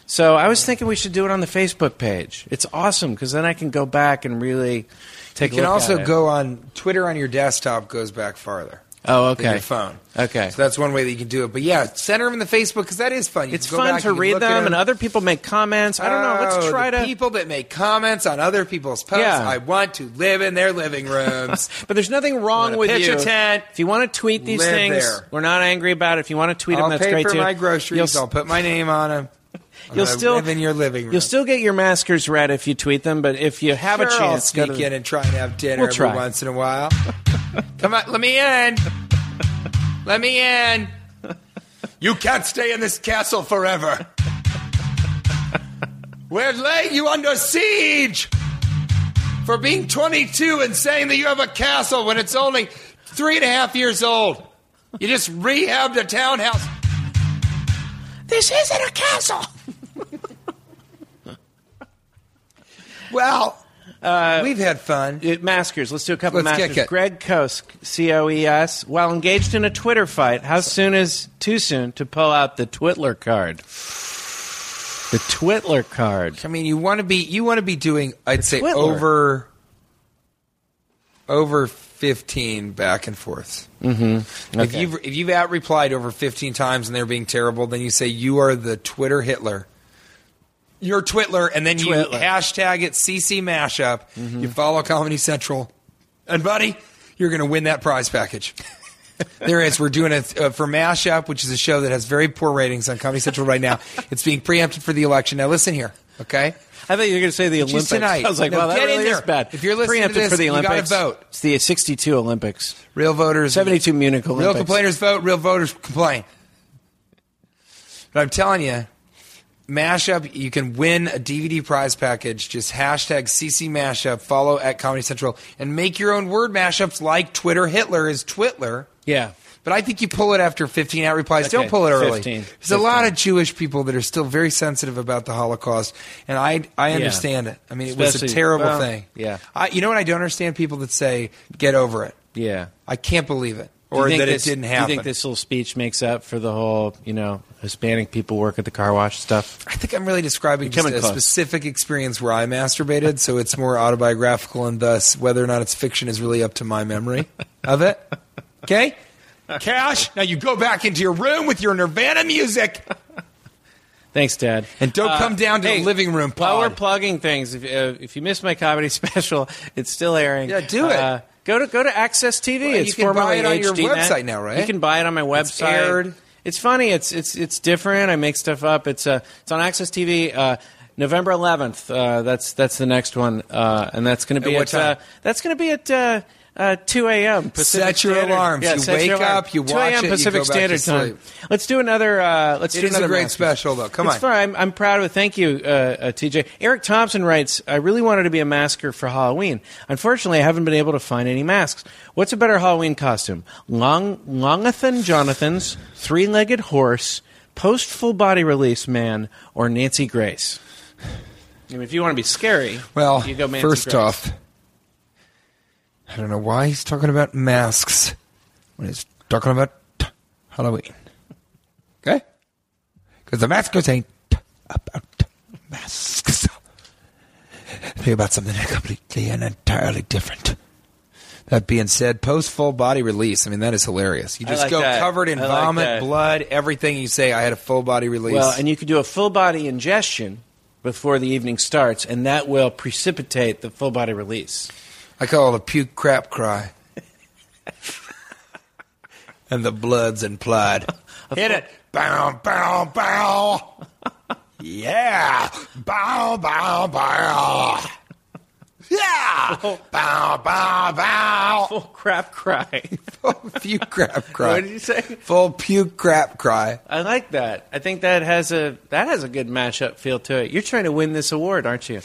G: So I was thinking we should do it on the Facebook page. It's awesome because then I can go back and really take
B: you
G: a
B: can
G: look
B: also
G: at it.
B: go on Twitter on your desktop goes back farther.
G: Oh,
B: than
G: okay.
B: your phone.
G: Okay.
B: So that's one way that you can do it. But yeah, center them in the Facebook because that is fun. You
G: it's
B: can go
G: fun
B: back,
G: to
B: you can
G: read
B: look at
G: them, and other people make comments. I don't know. Let's
B: Oh,
G: try
B: the
G: to.
B: people that make comments on other people's posts.
G: Yeah.
B: I want to live in their living
G: *laughs*
B: rooms.
G: But there's nothing wrong
B: Wanna
G: with
B: pitch
G: you.
B: a tent.
G: If you want to tweet these
B: Live
G: things,
B: there.
G: we're not angry about it. If you want to tweet
B: I'll
G: them, that's
B: pay
G: great
B: for
G: too.
B: my groceries.
G: You'll,
B: I'll put my name on them.
G: *laughs* you'll still
B: live in your living room.
G: You'll still get your maskers read if you tweet them. But if you have
B: Sure,
G: a
B: I'll
G: chance, go to
B: sneak
G: the-
B: in and try and have dinner
G: We'll
B: every
G: try.
B: once in a while. *laughs* Come on, let me in. Let me in. You can't stay in this castle forever. *laughs* We're laying you under siege for being 22 and saying that you have a castle when it's only three and a half years old. You just rehabbed a townhouse. This isn't a castle. *laughs* well, *laughs* we've had fun.
G: Uh, maskers. Let's do a couple
B: Let's
G: maskers.
B: kick it.
G: Greg Kosk, C O E S, while engaged in a Twitter fight, how soon is too soon to pull out the Twitler card? The Twitler card.
B: I mean, you want to be you want to be doing I'd say
G: Twitler.
B: over over 15 back and forths. Mm-hmm. If you've if you've out replied over 15 times and they're being terrible, then you say you are the Twitter Hitler. You're Twitler, and then you
G: Twitler.
B: hashtag it CC Mashup. You follow Comedy Central, and buddy, you're going to win that prize package. *laughs* There is. We're doing it uh, for Mashup, which is a show that has very poor ratings on Comedy Central right now. It's being preempted for the election. Now, listen here, okay?
G: I thought you were going to say the Olympics.
B: Just tonight.
G: I was like,
B: No,
G: wow, that
B: get in
G: really is
B: there.
G: bad.
B: If you're listening to
G: Preempted
B: this,
G: for the
B: you gotta
G: Olympics,
B: vote.
G: It's the 62 Olympics.
B: Real voters.
G: 72 Munich
B: Real
G: Olympics.
B: complainers vote, real voters complain. But I'm telling you, Mashup, you can win a DVD prize package. Just hashtag CC Mashup, follow at Comedy Central, and make your own word mashups like Twitter Hitler is Twitler.
G: Yeah.
B: But I think you pull it after 15 out replies.
G: Okay,
B: Don't pull it early.
G: 15,
B: There's a lot
G: 15.
B: of Jewish people that are still very sensitive about the Holocaust, and I I understand it. I mean, it was
G: Especially-
B: a terrible
G: well,
B: thing.
G: yeah.
B: I, you know what? I don't understand people that say get over it.
G: Yeah.
B: I can't believe it,
G: Do you
B: or that
G: think
B: it
G: this-
B: didn't
G: Do you
B: happen.
G: think this little speech makes up for the whole, you know, Hispanic people work at the car wash stuff?
B: I think I'm really describing just
G: coming
B: a
G: close.
B: specific experience where I masturbated, so it's more autobiographical, and thus whether or not it's fiction is really up to my memory of it. Okay, Cash. Now you go back into your room with your Nirvana music.
G: Thanks, Dad.
B: And don't
G: Uh,
B: come down to
G: hey,
B: the living room
G: While we're
B: pod.
G: plugging things, if, uh, if you missed my comedy *laughs* special, it's still airing.
B: Yeah, do it.
G: Uh, go to go to Access TV.
B: Well,
G: it's
B: you can buy
G: formerly
B: it on your
G: HDNet.
B: website now, right?
G: You can buy it on my website.
B: aired.
G: It's funny. It's it's it's different. I make stuff up. It's uh, it's on Access TV. Uh, November 11th. Uh, that's that's the next one, uh, and that's going to be
B: what
G: at, uh,
B: time?
G: that's going to be at uh, uh, 2 a.m. Pacific
B: Set your
G: Standard.
B: alarms.
G: Yeah,
B: You
G: set your
B: wake
G: alarm.
B: up, you
G: 2
B: watch
G: a.m.
B: it, you
G: Pacific
B: go back to
G: Standard time.
B: sleep.
G: Let's do another. Uh, let's
B: It
G: do
B: is a
G: another
B: great
G: Masters.
B: special, though. Come
G: it's
B: on.
G: fun. I'm, I'm proud of it. Thank you, uh, uh, TJ. Eric Thompson writes, I really wanted to be a masker for Halloween. Unfortunately, I haven't been able to find any masks. What's a better Halloween costume? Long, Longathan Jonathan's three-legged horse, post full body release man, or Nancy Grace? I mean, if you want to be scary,
B: Well,
G: you go Nancy
B: first
G: Grace.
B: off, I don't know why he's talking about masks when he's talking about t- Halloween. Okay? Because the maskers ain't t- about masks. Think about something completely and entirely different. That being said, post full body release. I mean, that is hilarious. You
G: I
B: just
G: like
B: go
G: that.
B: covered in
G: I like
B: vomit,
G: that.
B: blood, everything. You say, I had a full body release.
G: Well, and you could do a full body ingestion before the evening starts, and that will precipitate the full body release.
B: I call it a puke crap cry. and the blood's implied. Hit it. Bow, bow, bow. yeah. Bow, bow, bow. Yeah. Bow, bow, bow.
G: Full crap cry. *laughs*
B: Full puke crap cry.
G: What did you say?
B: Full puke crap cry.
G: I like that. I think that has a that has a good mashup feel to it. You're trying to win this award, aren't you?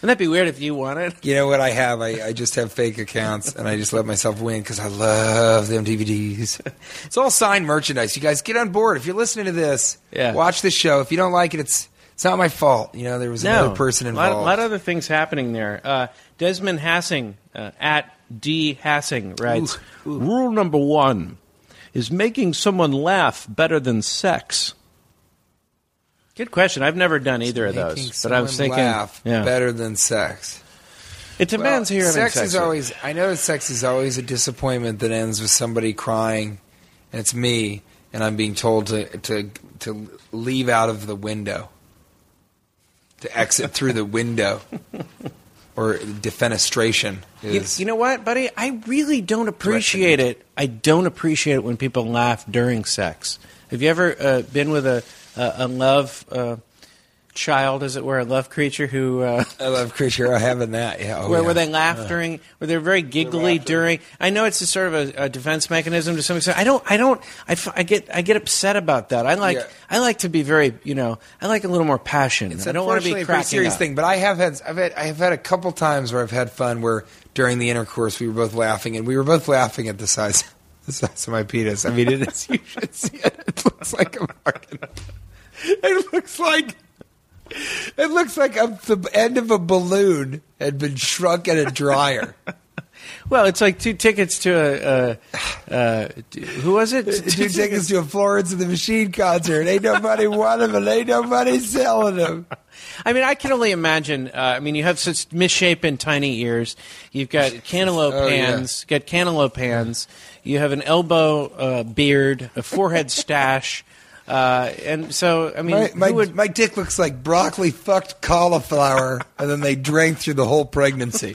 G: Wouldn't that be weird if you won it?
B: You know what I have? I, I just have fake accounts and I just let myself win because I love them DVDs. *laughs* It's all signed merchandise. You guys get on board. If you're listening to this,
G: Yeah.
B: watch the show. If you don't like it, it's it's not my fault. You know, there was another person involved.
G: A lot, lot of other things happening there. Uh, Desmond Hassing uh, at D Hassing writes Rule number one is making someone laugh better than sex. Good question. I've never done either of
B: Making
G: those, but I was
B: someone
G: thinking
B: laugh
G: yeah.
B: better than sex.
G: It depends who you're having
B: sex is
G: with.
B: always. I know that sex is always a disappointment that ends with somebody crying, and it's me, and I'm being told to to to leave out of the window, to exit through the window, or defenestration
G: You,
B: is.
G: you know what, buddy? I really don't appreciate it. I don't appreciate it when people laugh during sex. Have you ever uh, been with a a, a love uh, child, as it were, a love creature who uh,
B: I love creature. I have in that. Yeah. Oh,
G: where,
B: yeah.
G: where they laugh during, where they're very giggly during? I know it's a sort of a, a defense mechanism to some extent. I don't, I don't, I, f- I get, I get upset about that. I like,
B: Yeah.
G: I like to be very, you know, I like a little more passion.
B: It's
G: I don't want to
B: unfortunately
G: be
B: a pretty
G: cracking
B: serious
G: up.
B: thing, but I have had I've had I have had a couple times where I've had fun where during the intercourse we were both laughing and we were both laughing at the size *laughs* the size of my penis. I mean, it is you should see it. It looks like a fucking. It looks like. It looks like a, the end of a balloon had been shrunk in a
G: *laughs*
B: dryer.
G: Well, it's like two tickets to a, uh, uh, t- who was it?
B: *laughs* Two tickets to a Florence and the Machine concert. Ain't nobody want 'em and ain't nobody selling them.
G: I mean, I can only imagine. Uh, I mean, you have such misshapen tiny ears. You've got cantaloupe
B: *laughs* Oh, yeah.
G: hands. Got cantaloupe hands. You have an elbow uh, beard,
B: *laughs*
G: a forehead stash, uh, and so I mean,
B: My, my,
G: who would
B: my dick looks like broccoli fucked cauliflower, and then they drank through the whole pregnancy.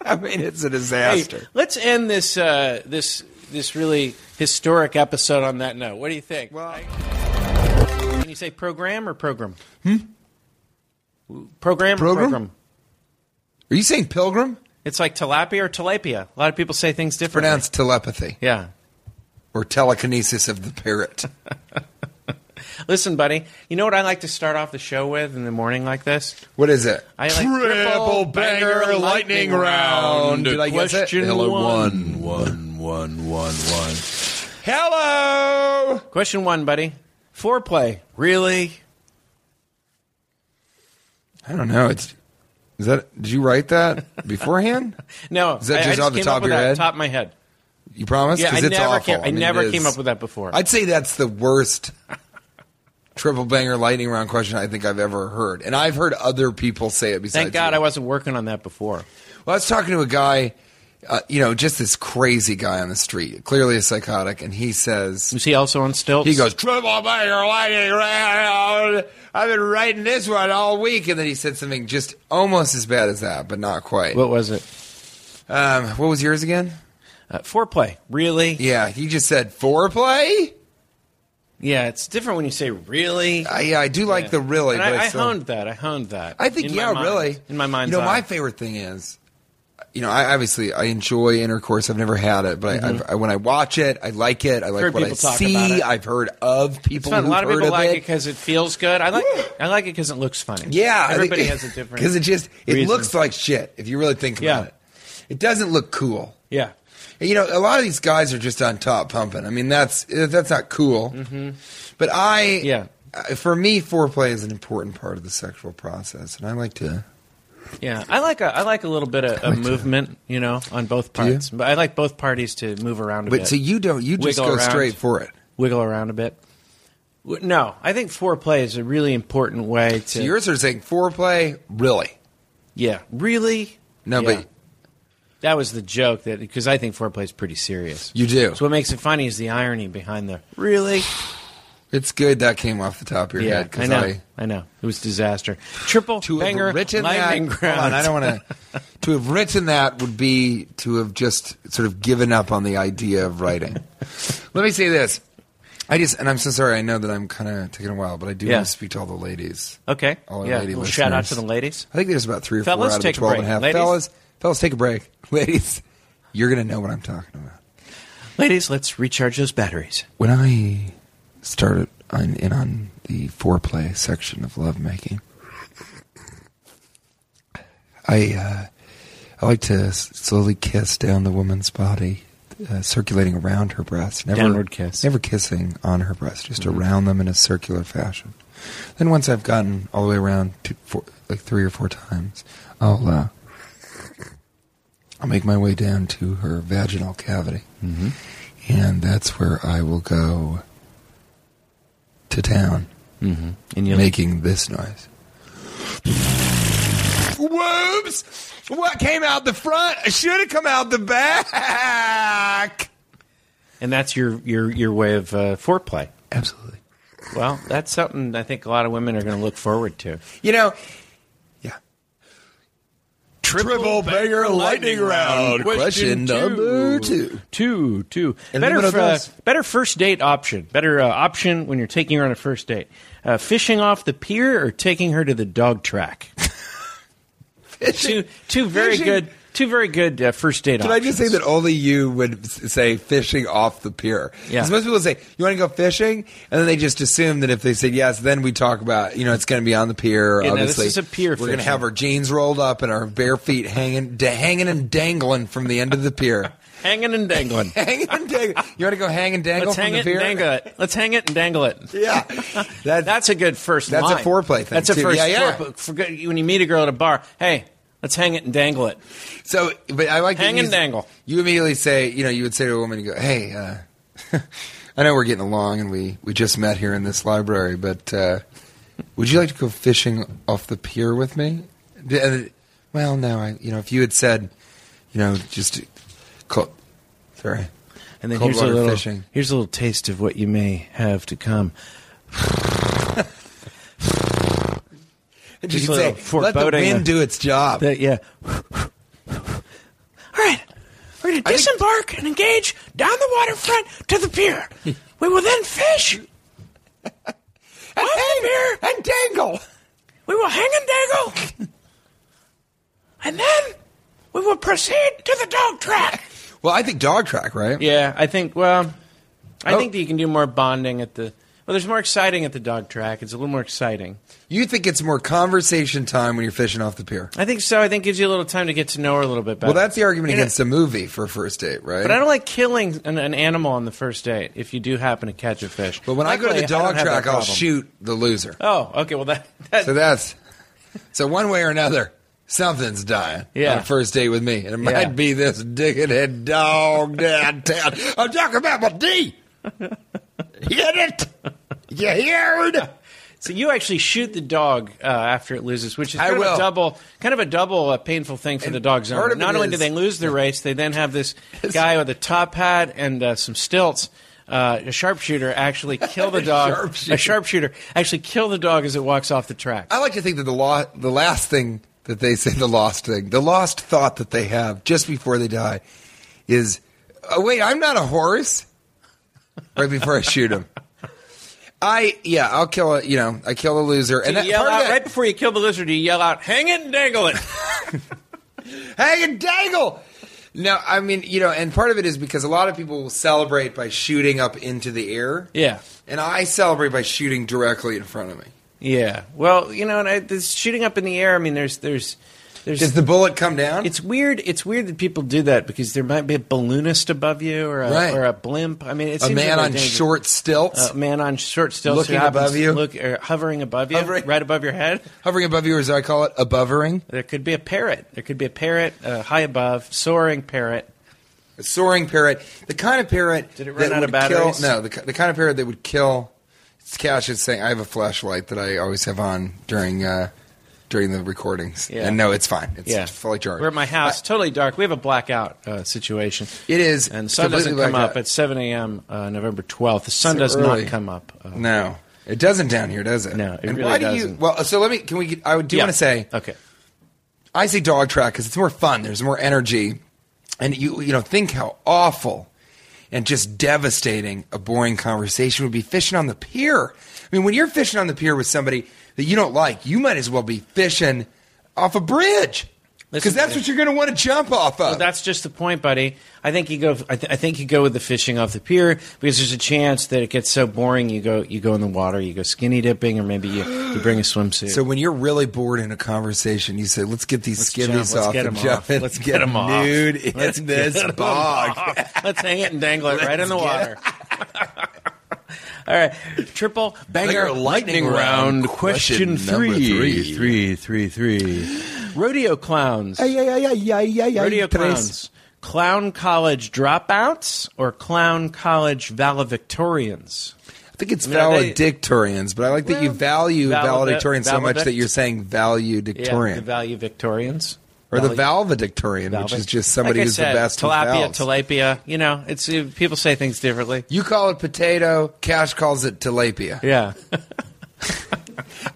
B: I mean, it's a disaster.
G: Hey, let's end this uh, this this really historic episode on that note. What do you think?
B: Well-
G: can you say program or program? Hmm.
B: Program?
G: Program. or program.
B: Are you saying pilgrim?
G: It's like tilapia or tilapia. A lot of people say things differently.
B: Pronounce telepathy
G: Yeah.
B: or telekinesis of the parrot.
G: Listen, buddy, you know what I like to start off the show with in the morning like this?
B: What is it?
G: I like triple banger lightning round.
B: Did I guess it?
G: Question
B: Hello,
G: one.
D: One, one, one, one, one.
B: Hello.
G: Question one, buddy. Foreplay. Really?
B: I don't know. It's is that? Did you write that beforehand?
G: No.
B: Is that
G: I- I
B: just off the
G: came
B: top
G: up
B: of
G: with
B: your
G: that
B: head?
G: Top of my head.
B: You promise?
G: Yeah,
B: 'Cause
G: I
B: it's
G: never
B: awful.
G: came- I
B: mean, it
G: never
B: is-
G: came up with that before.
B: I'd say that's the worst triple banger lightning round question I think I've ever heard, and I've heard other people say it. Besides,
G: Thank God
B: you.
G: I wasn't working on that before.
B: Well, I was talking to a guy, uh, you know, just this crazy guy on the street, clearly a psychotic, and he says,
G: Was he also on stilts?
B: he goes triple banger lightning round. I've been writing this one all week, and then he said something just almost as bad as that, but not quite.
G: What was it?
B: um, what was yours again?
G: Uh, foreplay. Really?
B: Yeah, he just said foreplay.
G: Yeah, it's different when you say really.
B: I, yeah, I do like
G: Yeah.
B: the really.
G: And
B: but
G: I, I
B: still-
G: honed that. I honed that.
B: I think
G: In my
B: yeah,
G: mind.
B: really.
G: In my mind's
B: you know,
G: eye.
B: my favorite thing is, you know, I obviously I enjoy intercourse. I've never had it, but I I've, I, when I watch it, I like it. I like
G: Mm-hmm. Heard
B: what I
G: people talk
B: see.
G: about it.
B: I've heard of
G: It's
B: people.
G: fun. A
B: who've
G: lot of
B: heard
G: people like it
B: it.
G: because it feels good. I like I like it because it looks funny.
B: yeah, *laughs*
G: everybody has a different
B: because it just it
G: reason.
B: looks like shit if you really think
G: Yeah.
B: about it. It doesn't look cool.
G: yeah.
B: And, You know, a lot of these guys are just on top pumping. I mean, that's that's not cool. But I,
G: Mm-hmm. Yeah.
B: uh, for me, foreplay is an important part of the sexual process, and I like to.
G: Yeah, I like a I like a little bit of, of movement, you know, on both
B: you?
G: parts. But I like both parties to move around a
B: But
G: bit.
B: so you don't, you just
G: Wiggle
B: go
G: around.
B: straight for it.
G: wiggle around a bit. W- No, I think foreplay is a really important way to.
B: So yours are saying foreplay, really?
G: yeah, really.
B: No,
G: Yeah.
B: but
G: that was the joke that because I think foreplay is pretty serious.
B: you do.
G: so what makes it funny is the irony behind the really.
B: It's good that came off the top of your
G: Yeah,
B: head
G: I know. I, know. It was disaster. Triple
B: to
G: banger
B: have written that.
G: lightning
B: Hold on,
G: round.
B: I don't
G: *laughs*
B: want to. to have written that would be to have just sort of given up on the idea of
G: *laughs*
B: writing. Let me say this. I just, and I'm so sorry. I know that I'm kind of taking a while, but I do
G: Yeah.
B: want to speak to all the ladies.
G: Okay.
B: All our
G: yeah.
B: lady
G: Well, shout out
B: listeners.
G: to the ladies.
B: I think there's about three or
G: Fellas,
B: four out of the
G: take a
B: 12
G: break.
B: and a half.
G: Ladies?
B: Fellas, fellas, take a break. *laughs* Ladies, you're going to know what I'm talking about.
G: Ladies, let's recharge those batteries.
B: when I started on, in on the foreplay section of lovemaking, I uh, I like to s- slowly kiss down the woman's body, uh, circulating around her breast. Never,
G: Downward kiss. Mm-hmm.
B: Never kissing on her breast, just around them in a circular fashion. Then once I've gotten all the way around two, four, like three or four times, I'll uh, I'll make my way down to her vaginal cavity, mm-hmm. and that's where I will go to town,
G: Mm-hmm. And you
B: making this noise. Whoops! What came out the front should have come out the back.
G: and that's your your your way of uh, foreplay.
B: Absolutely.
G: Well, that's something I think a lot of women are going to look forward to.
B: You know, yeah. Triple, banger lightning, round. Question, number two.
G: Two, two.
B: And
G: better,
B: limit of
G: uh,
B: those.
G: better first date option. Better uh, option when you're taking her on a first date. Uh, fishing off the pier or taking her to the
B: *laughs*
G: dog track. two, two very
B: Fishing.
G: good. Two very good uh, first date
B: Did I
G: options.
B: just say that only you would s- say fishing off the pier?
G: Yeah.
B: 'Cause most people say, you want to go fishing? And then they just assume that if they said yes, then we talk about, you know, it's going to be on the pier.
G: Yeah, no, this
B: obviously,
G: is a pier
B: We're going to
G: fishing.
B: have our jeans rolled up and our bare feet hanging, da- hanging and dangling from the end of the pier.
G: hanging
B: *laughs*
G: and dangling?
B: hanging and dangle. You want to go hang and dangle
G: Let's
B: from
G: hang
B: the
G: it
B: pier?
G: and dangle it. Let's hang it and dangle it.
B: Yeah.
G: *laughs*
B: That-
G: That's a good first.
B: That's a
G: line.
B: foreplay thing,
G: That's a
B: too.
G: first.
B: Yeah, yeah.
G: foreplay- for good- when you meet a girl at a bar, hey, let's hang it and dangle it.
B: So, but I like that
G: Hang
B: you-
G: and dangle.
B: You immediately say, you know, you would say to a woman, you go, "Hey, uh, *laughs* I know we're getting along, and we we just met here in this library, but uh, would you like to go fishing off the pier with me?" D- and it- well, no, I, you know, if you had said, you know, just cold, sorry,
G: And then
B: Cold
G: here's a
B: water
G: little
B: fishing.
G: here's a little taste of what you may have to come.
B: just
G: a little
B: say, let the
G: foreboding
B: wind
G: of-
B: do its job.
G: That Uh, yeah. *laughs* All right, we're gonna
B: think-
G: disembark and engage down the waterfront to the *laughs* pier. we will then fish. *laughs*
B: and hang and dangle.
G: We will hang and *laughs* dangle, and then we will proceed to the dog track.
B: Well, I think dog track, right?
G: Yeah, I think. Well, I
B: Oh.
G: think that you can do more bonding at the. Well, there's more exciting at the dog track. It's a little more exciting.
B: You think it's more conversation time when you're fishing off the pier?
G: I think so. I think it gives you a little time to get to know her Uh, a little bit better.
B: Well, that's the argument
G: You know,
B: against a movie for a first date, right?
G: But I don't like killing an, an animal on the first date if you do happen to catch a fish.
B: But when I go to the
G: Luckily, don't
B: dog
G: have that
B: track, I'll
G: problem.
B: shoot the loser.
G: Oh, okay. Well, that. that
B: So that's so one way or another, something's dying on
G: Yeah.
B: a first date with me, and it might
G: Yeah.
B: be this dickhead dog downtown. I'm talking about my D. Hit it. You heard?
G: so you actually shoot the dog uh, after it loses, which is
B: I
G: kind of
B: will.
G: a double, kind of a double uh, painful thing for the dog's
B: part
G: owner.
B: of it
G: Not only do
B: is-
G: they lose the race, they then
B: *laughs*
G: have this guy with a top hat and uh, some stilts. Uh, a sharpshooter actually kill
B: *laughs*
G: the
B: A
G: dog.
B: sharpshooter. Oh,
G: A sharpshooter actually kill the dog as it walks off the track.
B: I like to think that the law, the last thing that they say, *laughs* the lost thing, the lost thought that they have just before they die, *laughs* is, oh wait, I'm not a horse. Right before I shoot him. I yeah, I'll kill a you know I kill a loser and that,
G: You yell
B: part of
G: out
B: that-
G: right before you kill the lizard. You yell out, "Hang it and
B: *laughs*
G: dangle it."
B: hang and dangle. No, I mean you know, and part of it is because a lot of people will celebrate by shooting up into the air.
G: yeah,
B: and I celebrate by shooting directly in front of me.
G: yeah. Well, you know, and I, this shooting up in the air. I mean, there's, there's, there's.
B: Does the bullet come down?
G: it's weird. It's weird that people do that because there might be a balloonist above you or a,
B: Right.
G: or a blimp. I mean, it's
B: a man on short stilts,
G: A man on short stilts
B: Looking
G: who happens
B: above
G: to
B: you.
G: look, or hovering above you,
B: Hovering.
G: right above your head.
B: hovering above you, or as I call it, abovering,
G: There could be a parrot. There could be a parrot uh, high above, soaring parrot.
B: a soaring parrot, the kind of parrot
G: Did it run
B: that
G: out
B: would
G: of batteries?
B: Kill, no, the, ki- the kind of parrot that would kill. It's Cash is saying I have a flashlight that I always have on during uh, during the recordings,
G: Yeah.
B: and no, it's fine. It's
G: yeah,
B: fully charged.
G: We're at my house, totally dark. We have a blackout uh, situation.
B: It is
G: and the sun doesn't
B: completely
G: come
B: blackout.
G: up at 7 a.m. Uh, November 12th. The sun
B: So
G: does
B: early.
G: not come up. Uh,
B: No, it doesn't down here, does it?
G: No, it
B: and
G: really
B: why do you?
G: doesn't.
B: Well, so let me. Can we? get- I do
G: yeah.
B: want to say.
G: okay,
B: I say dog track because it's more fun. There's more energy, and you you know think how awful and just devastating a boring conversation would be fishing on the pier. I mean, when you're fishing on the pier with somebody that you don't like, you might as well be fishing off a bridge
G: Listen,
B: because that's
G: if-
B: what you're going to want to jump off of.
G: Well, that's just the point, buddy. I think you go. I, th- I think you go with the fishing off the pier because there's a chance that it gets so boring. You go. You go in the water. You go skinny dipping, or maybe you, you bring a swimsuit.
B: so when you're really bored in a conversation, you say, "Let's get these
G: Let's jump,
B: skivvies
G: let's
B: off
G: get
B: and
G: 'em
B: jump
G: off.
B: in.
G: Let's
B: and
G: get 'em off.
B: nude in
G: Let's
B: this
G: get 'em
B: bog."
G: off. Oh, *laughs* Let's hang it and dangle it right in the water. *laughs* All right, triple banger
B: Banger lightning
G: lightning round
B: round, *laughs*
G: question,
B: question number
G: three.
B: three.
G: Three, three, three. Rodeo clowns. Rodeo clowns. Clown college dropouts or clown college valedictorians?
B: I think it's
G: I mean, are they-
B: valedictorians, but I like that you
G: Well,
B: value
G: valedict-
B: valedictorian so much
G: valedict-
B: that you're saying
G: the
B: valedictorian
G: value Victorians.
B: or the
G: Valu-
B: valedictorian,
G: Valve-
B: which is just somebody
G: Like I
B: who's
G: said,
B: the best
G: Tilapia,
B: with valves.
G: tilapia. You know, it's uh, people say things differently.
B: you call it potato. Cash calls it tilapia.
G: Yeah.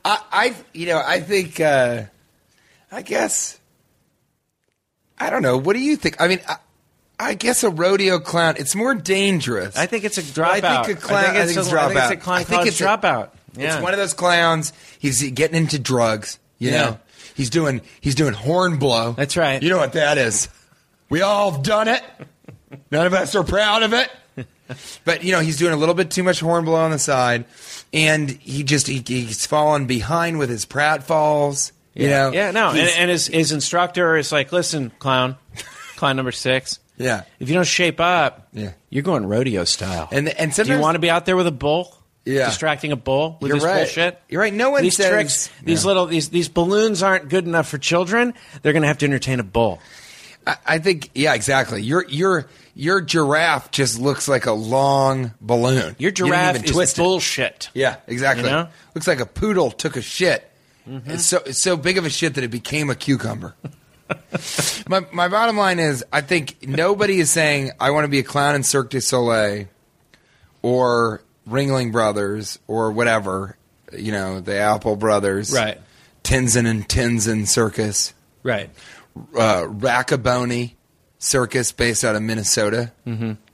B: I, I you know, I think, uh, I guess, I don't know. What do you think? I mean, I, I guess a rodeo clown. It's more dangerous.
G: I think it's a
B: Well,
G: dropout.
B: I think a clown. I think it's,
G: I think
B: dropout.
G: it's a clown
B: I think
G: college
B: it's a-
G: dropout. Yeah.
B: It's one of those clowns. He's getting into drugs. You
G: Yeah.
B: know, he's doing he's doing horn blow.
G: That's right.
B: You know what that is? We all have done it. None of us are proud of it. But you know, he's doing a little bit too much horn blow on the side, and he just he, he's falling behind with his pratfalls. You know?
G: yeah, no. And,
B: He's-
G: and his, his instructor is like, listen, clown, clown number six,
B: yeah.
G: if you don't shape up,
B: Yeah.
G: you're going rodeo style.
B: And and
G: Do
B: sometimes
G: you want to be out there with a bull?
B: Yeah.
G: Distracting a bull with
B: You're
G: this
B: right.
G: bullshit?
B: You're right. No one
G: these
B: says-
G: tricks, these
B: Yeah.
G: little these these balloons aren't good enough for children. They're going to have to entertain a bull.
B: I, I think yeah, exactly. Your your your giraffe just looks like a long balloon. You
G: Your
B: didn't
G: giraffe
B: even
G: is
B: twist it.
G: bullshit.
B: Yeah, exactly.
G: You know? Mm-hmm.
B: Looks like a poodle took a shit. It's so it's so big of a shit that it became a
G: *laughs*
B: cucumber. my my bottom line is I think nobody is saying I want to be a clown in Cirque du Soleil or Ringling Brothers or whatever, you know, the Apple Brothers.
G: Right.
B: Tenzin and Tenzin Circus
G: Right.
B: uh, Rackaboni Circus based out of Minnesota.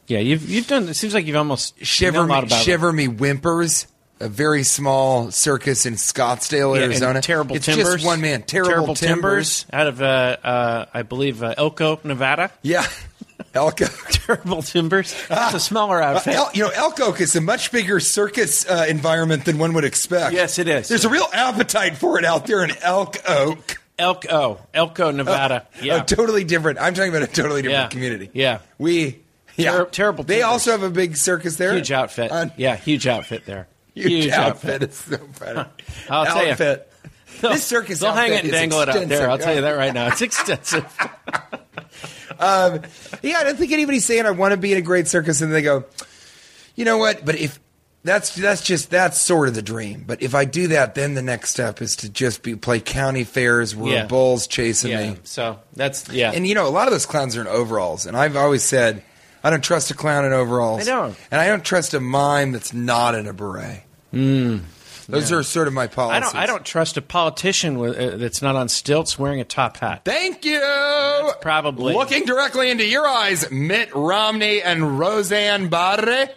G: Yeah, you've you've done. It seems like you've almost you know
B: Shiver
G: a lot
B: Me,
G: about it.
B: Shiver Me Whimpers, a very small circus in Scottsdale,
G: Yeah, and
B: Arizona.
G: terrible
B: it's
G: timbers.
B: just one man. Terrible, timbers.
G: out of uh, uh, I believe uh, Elko, Nevada.
B: Yeah, *laughs* Elko.
G: *laughs* terrible timbers. It's
B: *laughs*
G: a smaller
B: Uh,
G: outfit.
B: El, you know, Elk Oak is a much bigger circus uh, environment than one would expect.
G: Yes, it is.
B: There's a real appetite for it out there in Elk Oak.
G: Elko, Elko,
B: *laughs*
G: Nevada. yeah.
B: A totally different. I'm talking about a totally different
G: Yeah.
B: Oh, community.
G: Yeah.
B: We. Yeah.
G: Ter- terrible
B: They
G: timbers.
B: also have a big circus there.
G: Huge outfit.
B: On-
G: yeah, huge outfit there.
B: Huge, outfit. It's so funny.
G: *laughs* I'll tell ya. *laughs*
B: outfit.
G: They'll-
B: This circus
G: They'll hang it
B: outfit
G: and
B: is
G: dangle it out there. I'll
B: extensive.
G: tell you that right now. It's extensive.
B: *laughs* Yeah, I don't think anybody's saying I want to be in a great circus, and they go, you know what? But if that's that's just that's sort of the dream. But if I do that, then the next step is to just be play county fairs where
G: Yeah.
B: a bulls chasing
G: yeah.
B: me.
G: So that's yeah.
B: And you know, a lot of those clowns are in overalls, and I've always said I don't trust a clown in overalls.
G: I don't.
B: and I don't trust a mime that's not in a beret. Mm, those are sort of my
G: Hmm. I
B: policies.
G: don't. I don't trust a politician with, uh, that's not on stilts wearing a top hat.
B: Thank you. *laughs*
G: probably-
B: looking directly into your eyes, Mitt Romney and Roseanne Barre.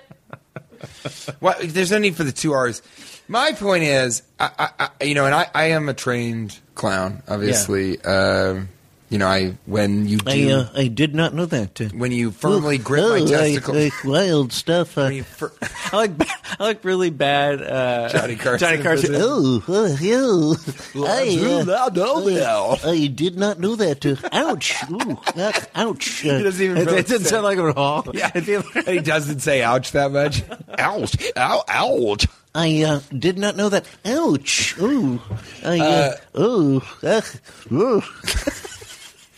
B: well, there's no need for the two R's. My point is, I, I, I, you know, and I, I am a trained clown, obviously. Um, you know, I when you do,
G: I did not know that. Uh, oh,
B: when you firmly grip my testicle,
G: wild stuff.
B: when you fir-
G: *laughs*
B: *laughs*
G: I like I like really bad uh,
B: Johnny Carson.
G: Johnny Carson. Oh, oh, oh. I,
I: I know now.
G: uh, I did not know that. Uh, ouch! Ooh, uh,
B: *laughs*
G: ouch! Uh,
B: He doesn't even
G: it,
B: really
G: it didn't
B: say-
G: sound like him at all.
B: yeah, *laughs*
G: It'd be like,
B: he doesn't say ouch that much. ouch, ow, ouch.
G: I uh, did not know that. Ouch! Ooh, I, uh, ooh, uh, ooh.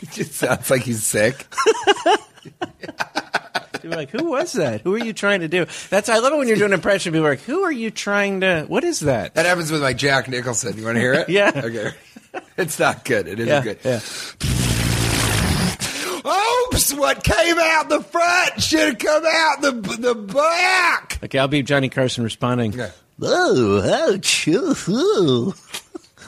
B: It just sounds like he's sick.
G: You're like, who was that? Who are you trying to do? That's I love it when you're doing an impression. People are like, who are you trying to? What is that?
B: That happens with my Jack Nicholson. You want to hear *laughs* it?
G: Yeah.
B: Okay. It's not good. It isn't
G: Yeah,
B: good.
G: yeah.
B: Oops! What came out the front should have come out the the back.
G: Okay, I'll be Johnny Carson responding.
B: Okay.
G: Oh, ouch! Ooh, ooh.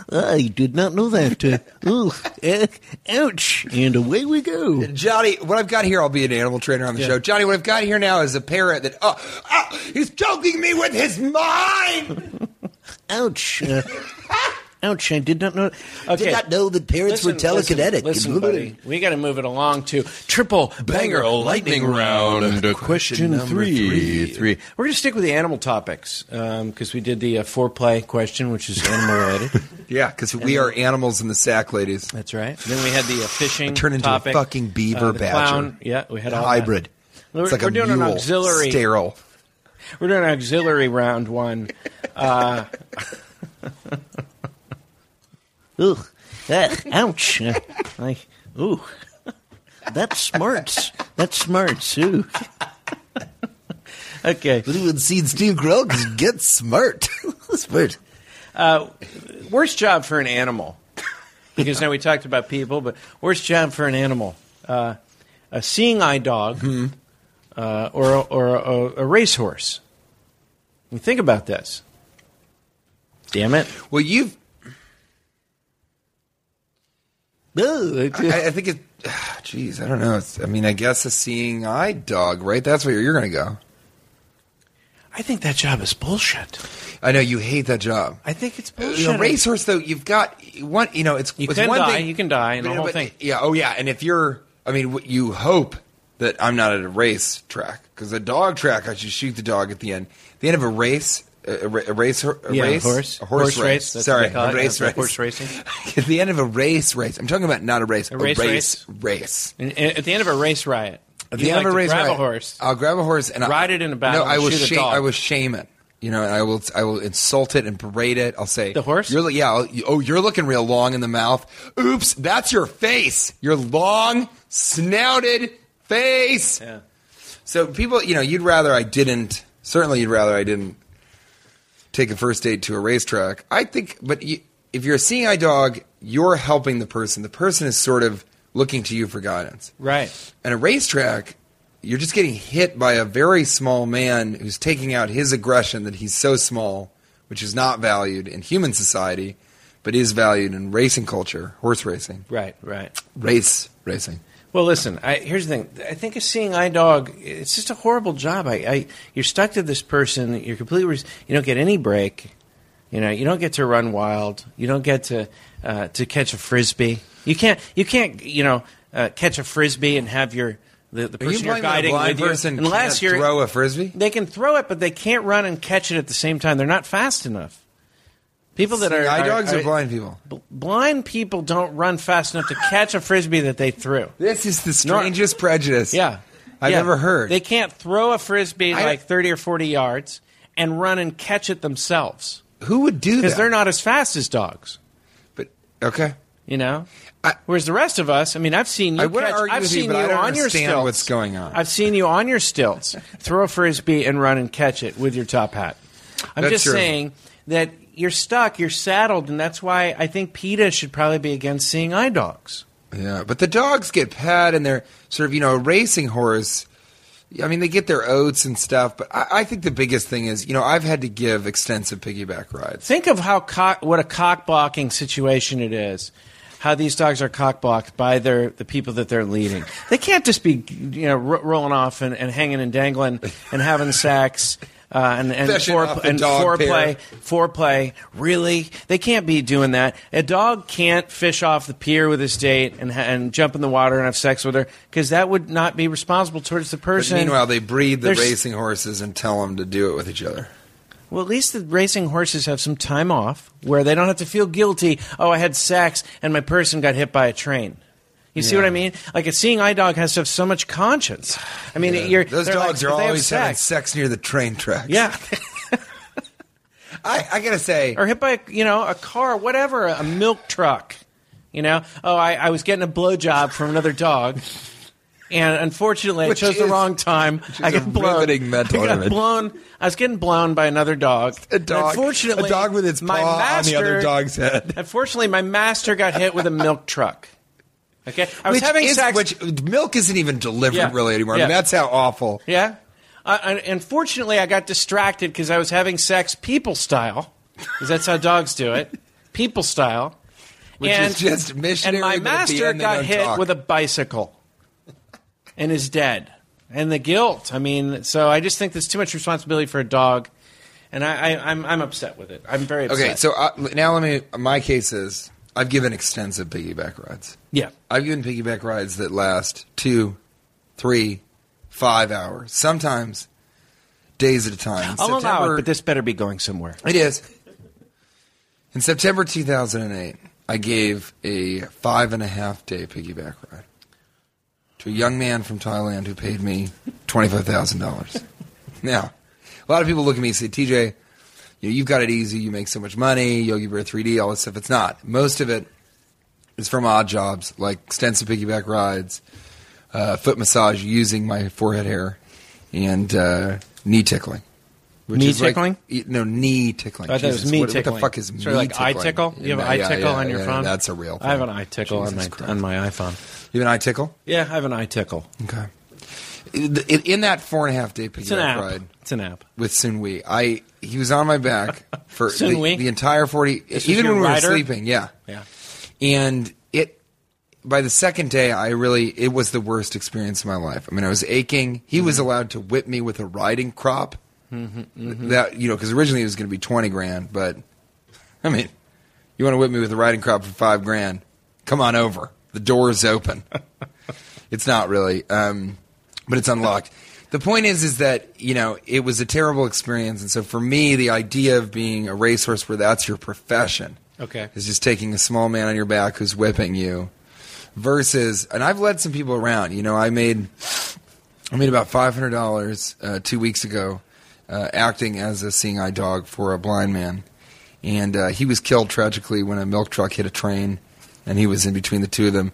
G: I did not know that. Uh, ooh, eh, ouch! And away we go.
B: Johnny, what I've got here, I'll be an animal trainer on the show. Johnny, what I've got here now is a parrot that oh, oh he's choking me with his
G: *laughs*
B: mind.
G: Ouch! Uh, ouch! I did not know. Okay.
H: Did not know that parrots were telekinetic.
G: Listen, buddy, we got to move it along to triple
D: Banger lightning round. Question three. Three.
G: We're going to stick with the animal topics because we did the uh, foreplay question, which is animal related.
B: Yeah, because we are animals in the sack, ladies.
G: That's right. Then we had the uh, fishing.
B: I turned into a
G: topic, uh,
B: fucking beaver
G: the
B: badger.
G: Clown. Yeah, we had all
B: Hybrid.
G: that. We're,
B: It's like
G: we're
B: a
G: doing
B: mule,
G: an auxiliary.
B: sterile.
G: We're doing an auxiliary round one.
H: Uh, *laughs* Ooh, ah, ouch! *laughs* Uh, I, ooh, that smarts. That smarts. Ooh,
G: *laughs* Okay,
H: anyone seen Steve Carell? 'Cause Get smart. *laughs* smart.
G: worst job for an animal. Because now we talked about people, but worst job for an animal: uh, a seeing eye dog,
H: Mm-hmm.
G: uh, or a- or a, a racehorse. You think about this. Damn it!
B: Well, you've
H: No,
B: I, I think it. *sighs* Jeez, I don't know. It's, I mean, I guess a seeing eye dog, right? That's where you're going to go.
G: I think that job is bullshit.
B: I know you hate that job.
G: I think it's bullshit.
B: You know, racehorse though, you've got one. You know, it's
G: You
B: it's
G: can
B: one
G: die,
B: Thing,
G: you can die, and the
B: but-
G: whole
B: but-
G: thing.
B: Yeah. Oh, yeah. And if you're, I mean, what- you hope that I'm not at a race track because a dog track, I should shoot the dog at the end. The end of a race. A a ra- a race, a
G: Yeah,
B: race,
G: horse.
B: a horse,
G: Horse
B: race.
G: race, that's
B: Sorry,
G: what they call
B: a
G: it,
B: race
G: yeah,
B: race.
G: horse racing.
B: *laughs* At the end of a race, race. I'm talking about not a race, a,
G: race
B: race, race.
G: And- and at the end of a race riot,
B: At
G: you
B: the end
G: like
B: of
G: to
B: a race, Uh,
G: grab
B: ride,
G: a horse.
B: I'll grab a horse and I-
G: Ride it in a battle
B: No, I
G: and
B: will
G: shoot a
B: shame.
G: dog.
B: I will shame it. You know, and I will. I will insult it and berate it. I'll say
G: The horse?
B: You're, li- yeah. I'll, you- oh, you're looking real long in the mouth. Oops, that's your face. Your long snouted face.
G: Yeah.
B: So people, you know, you'd rather I didn't. Certainly, you'd rather I didn't take a first date to a racetrack. I think, but you, if you're a seeing eye dog, you're helping the person. The person is sort of looking to you for guidance.
G: Right.
B: And a racetrack, you're just getting hit by a very small man who's taking out his aggression that he's so small, which is not valued in human society, but is valued in racing culture, horse racing,
G: Right, right.
B: race racing.
G: Well, listen. I, here's the thing. I think a seeing eye dog. It's just a horrible job. I, I you're stuck to this person. You're completely. res- You don't get any break. You know. You don't get to run wild. You don't get to uh, to catch a frisbee. You can't. You can't. You know, uh, catch a frisbee and have your the, the person are
B: blaming a
G: guiding
B: blind
G: with you.
B: person
G: Unless
B: can't
G: you're
B: throw a Frisbee?
G: they can throw it, but they can't run and catch it at the same time. They're not fast enough. People that are
B: Seeing eye dogs
G: are,
B: are, blind people.
G: bl- blind people don't run fast enough to catch a frisbee that they threw.
B: This is the strangest prejudice
G: Yeah.
B: I've
G: Yeah.
B: ever heard.
G: They can't throw a frisbee
B: I-
G: like 30 or 40 yards and run and catch it themselves
B: Who would do
G: because
B: that?
G: they're not as fast as dogs,
B: But okay.
G: you know?
B: I-
G: Whereas the rest of us, I mean, I've seen you
B: I wouldn't
G: catch,
B: argue
G: I've
B: with you,
G: seen
B: but I don't
G: on your
B: understand
G: stilts.
B: what's going on.
G: I've seen you on your stilts throw a frisbee and run and catch it with your top hat. I'm
B: That's
G: just
B: true.
G: saying that you're stuck, you're saddled, and that's why I think PETA should probably be against seeing eye dogs.
B: Yeah, but the dogs get pad and they're sort of, you know, a racing horse. I mean, they get their oats and stuff, but I, I think the biggest thing is, you know, I've had to give extensive piggyback rides.
G: Think of how cock, what a cock blocking situation it is. How these dogs are cock blocked by their the people that they're leading. They can't just be you know ro- rolling off and, and hanging and dangling and having sex. uh, and and,
B: Fishing
G: fore,
B: off the
G: and
B: dog
G: foreplay.
B: pier.
G: Foreplay, really? They can't be doing that. A dog can't fish off the pier with his date and ha- and jump in the water and have sex with her because that would not be responsible towards the
B: But
G: person.
B: meanwhile, they breed the
G: There's-
B: racing horses and tell them to do it with each other.
G: Well, at least the racing horses have some time off where they don't have to feel guilty. Oh, I had sex and my person got hit by a train. You see what I mean? Like a seeing eye dog has to have so much conscience. I mean, you're,
B: Those
G: they're
B: dogs
G: like,
B: are
G: if they have
B: always having
G: sex.
B: sex near the train tracks.
G: Yeah,
B: I, I gotta say,
G: or hit by a, you know a car, whatever, a milk truck. You know, oh, I, I was getting a blowjob from another dog, and unfortunately,
B: Which
G: I chose the
B: is-
G: wrong time.
B: which is
G: I
B: a
G: got blown.
B: riveting mental
G: *laughs* I got
B: image.
G: blown. I was getting blown by another dog.
B: a
G: And
B: dog,
G: unfortunately,
B: a dog with its paw
G: my master,
B: on the other dog's head.
G: Unfortunately, my master got hit with a milk truck. Okay, I was
B: Which
G: having
B: is-
G: sex.
B: Which milk isn't even delivered
G: Yeah.
B: really anymore. I mean,
G: Yeah.
B: that's how awful.
G: Yeah. Uh, un- unfortunately, I got distracted because I was having sex people style, because that's how dogs
B: *laughs*
G: do it, people style.
B: Which is just missionary,
G: And my
B: but at the
G: master
B: end they
G: got
B: don't
G: hit
B: talk.
G: with a bicycle, and is dead. And the guilt. I mean, so I just think there's too much responsibility for a dog, and I, I, I'm I'm upset with it. I'm very upset.
B: Okay, so uh, now let me. My case is I've given extensive piggyback rides.
G: yeah,
B: I've given piggyback rides that last two, three, five hours, sometimes days at a time. In
G: I'll allow
B: September- Oh,
G: it, but this better be going somewhere.
B: It is. In September 2008, I gave a five and a half day piggyback ride to a young man from Thailand who paid me
G: *laughs*
B: $25,000. now, a lot of people look at me and say, TJ, you know, you've got it easy. You make so much money, Yogi Bear 3D, all this stuff. It's not. Most of it is from odd jobs like extensive piggyback rides, uh, foot massage using my forehead hair, and uh, knee tickling. Which
G: Knee
B: like-
G: tickling?
B: e- no, knee tickling.
G: I thought it was
B: Jesus,
G: me
B: what,
G: tickling.
B: What the fuck is
G: Sort
B: me
G: of like
B: tickling?
G: eye tickle? You have an
B: Yeah,
G: eye
B: yeah,
G: tickle
B: yeah,
G: on your
B: yeah,
G: phone?
B: That's a real thing.
G: I have an eye tickle on
B: Jesus
G: my
B: Christ.
G: on my iPhone.
B: You have an eye tickle?
G: Yeah, I have an eye tickle.
B: Okay. In, in that four and a half day piggyback
G: It's an app.
B: ride
G: It's an app.
B: with Sunwee, I he was on my
G: *laughs*
B: back for the,
G: Soon-Wee?
B: the entire forty,
G: This was
B: even
G: your
B: when we were
G: rider?
B: sleeping. Yeah,
G: Yeah.
B: and it by the second day i really it was the worst experience of my life i mean i was aching
G: Mm-hmm.
B: he was allowed to whip me with a riding crop Mm-hmm. that you know because originally it was going to be 20 grand but i mean you want to whip me with a riding crop for five grand come on over the door is open it's not really um, but it's unlocked the point is is that you know it was a terrible experience and so for me the idea of being a racehorse where that's your profession
G: Okay.
B: is just taking a small man on your back who's whipping you versus and I've led some people around. You know, I made I made about five hundred dollars uh, two weeks ago, uh, acting as a seeing eye dog for a blind man, and uh, he was killed tragically when a milk truck hit a train, and he was in between the two of them,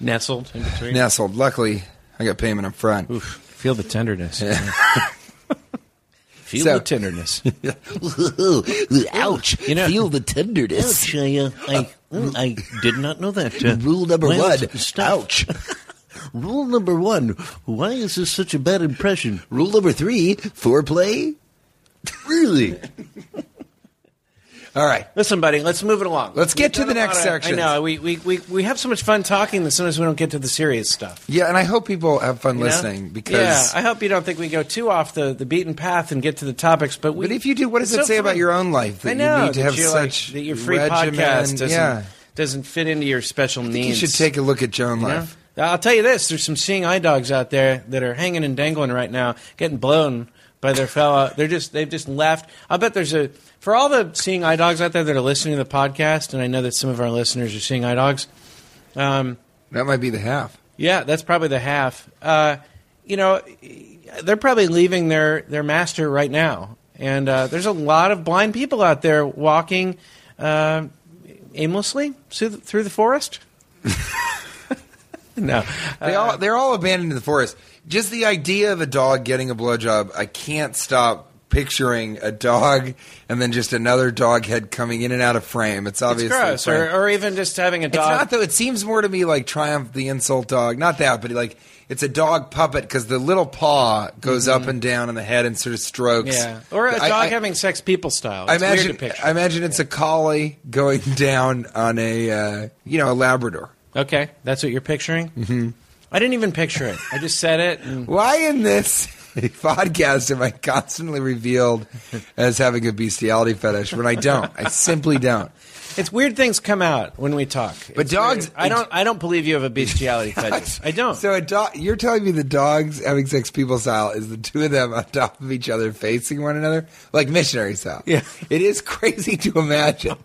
G: Nestled in between.
B: nestled. Luckily, I got payment up front.
G: Oof, feel the tenderness. *laughs* feel
B: So-
G: the tenderness.
H: Ouch.
G: You know-
H: Feel the tenderness.
J: Ouch, I, uh, I, I did not know that. Uh,
H: Rule number
J: well,
H: one.
J: Stuff.
H: Ouch. *laughs*
J: Rule number one. Why is this such a bad impression?
H: Rule number three, foreplay.
J: Really?
B: All right,
G: *laughs* Listen, buddy, let's move it along.
B: Let's get
G: We've
B: to the
G: done a
B: next
G: lot of-
B: section.
G: I know. We, we, we, we have so much fun talking that sometimes we don't get to the serious stuff.
B: yeah, and I hope people have fun
G: you know?
B: listening because.
G: Yeah, I hope you don't think we go too off the, the beaten path and get to the topics. But, we,
B: But if you do, what does
G: it's
B: it
G: so
B: say about
G: fun.
B: your own life that
G: I know,
B: you need to
G: that
B: have
G: you're like-
B: such
G: that your free
B: regimen?
G: podcast doesn't,
B: Yeah,
G: doesn't fit into your special
B: you
G: needs.
B: should take a look at your own
G: You know?
B: life.
G: I'll tell you this: there's some seeing eye dogs out there that are hanging and dangling right now, getting blown by their fella. They're just they've just left. I bet there's a for all the seeing eye dogs out there that are listening to the podcast, and I know that some of our listeners are seeing eye dogs. Um,
B: That might be the half.
G: yeah, that's probably the half. Uh, you know, they're probably leaving their, their master right now. And uh, there's a lot of blind people out there walking uh, aimlessly through the, through the forest. *laughs* no.
B: They all they're all abandoned in the forest. Just the idea of a dog getting a blowjob, I can't stop picturing a dog and then just another dog head coming in and out of frame. It's
G: It's
B: obviously
G: gross.
B: frame.
G: Or, or even just having a
B: it's
G: dog.
B: not though. It seems more to me like Triumph the Insult Dog. Not that, but like it's a dog puppet because the little paw goes up and down on the head and sort of strokes.
G: Mm-hmm. yeah. *laughs* Or a dog
B: I- I-
G: having sex people style. It's
B: I
G: weird
B: imagine.
G: to picture.
B: I imagine it's a collie going *laughs* down on a uh, you know a Labrador.
G: okay. That's what you're picturing? Mm-hmm. I didn't even picture it. I just said it. And
B: Why in this? *laughs* podcast am I constantly revealed as having a bestiality fetish when I don't? I simply don't.
G: It's weird things come out when we talk.
B: But
G: It's
B: dogs-
G: weird. I don't. I don't believe you have a *laughs* bestiality fetish. I don't.
B: So a dog, you're telling me the dogs having sex people style is the two of them on top of each other facing one another like missionary style.
G: Yeah.
B: it is crazy to imagine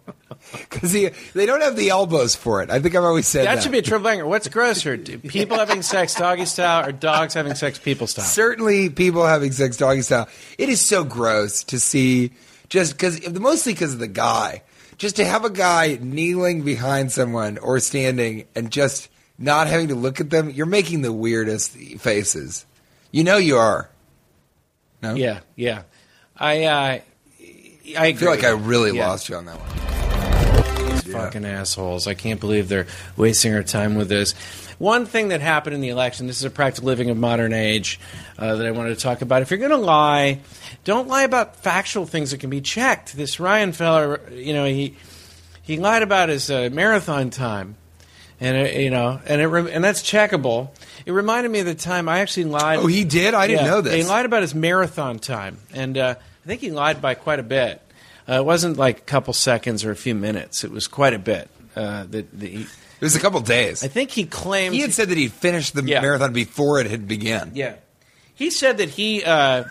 B: *laughs* because they don't have the elbows for it. I think I've always said that,
G: that should be a triple-banger. What's grosser? *laughs* do People having sex doggy style, or dogs having sex people style?
B: certainly people having sex doggy style. It is so gross to see just because mostly because of the guy. Just to have a guy kneeling behind someone or standing and just not having to look at them, you're making the weirdest faces. You know you are. No,
G: Yeah, yeah. I uh, I
B: I feel like I really
G: Yeah.
B: lost you on that one.
G: fucking assholes. I can't believe they're wasting our time with this. One thing that happened in the election, this is a practical living of modern age uh, that I wanted to talk about. If you're going to lie, don't lie about factual things that can be checked. This Ryan feller, you know, he he lied about his uh, marathon time, and it, you know, and it re- and that's checkable. It reminded me of the time I actually lied.
B: Oh, he did? I didn't
G: Yeah,
B: know this.
G: He lied about his marathon time, and uh, I think he lied by quite a bit. Uh, it wasn't like a couple seconds or a few minutes. It was quite a bit. Uh, that, that he,
B: It was a couple days.
G: I think he claimed
B: he had said that he'd finished the
G: Yeah.
B: marathon before it had begun.
G: Yeah, he said that he uh,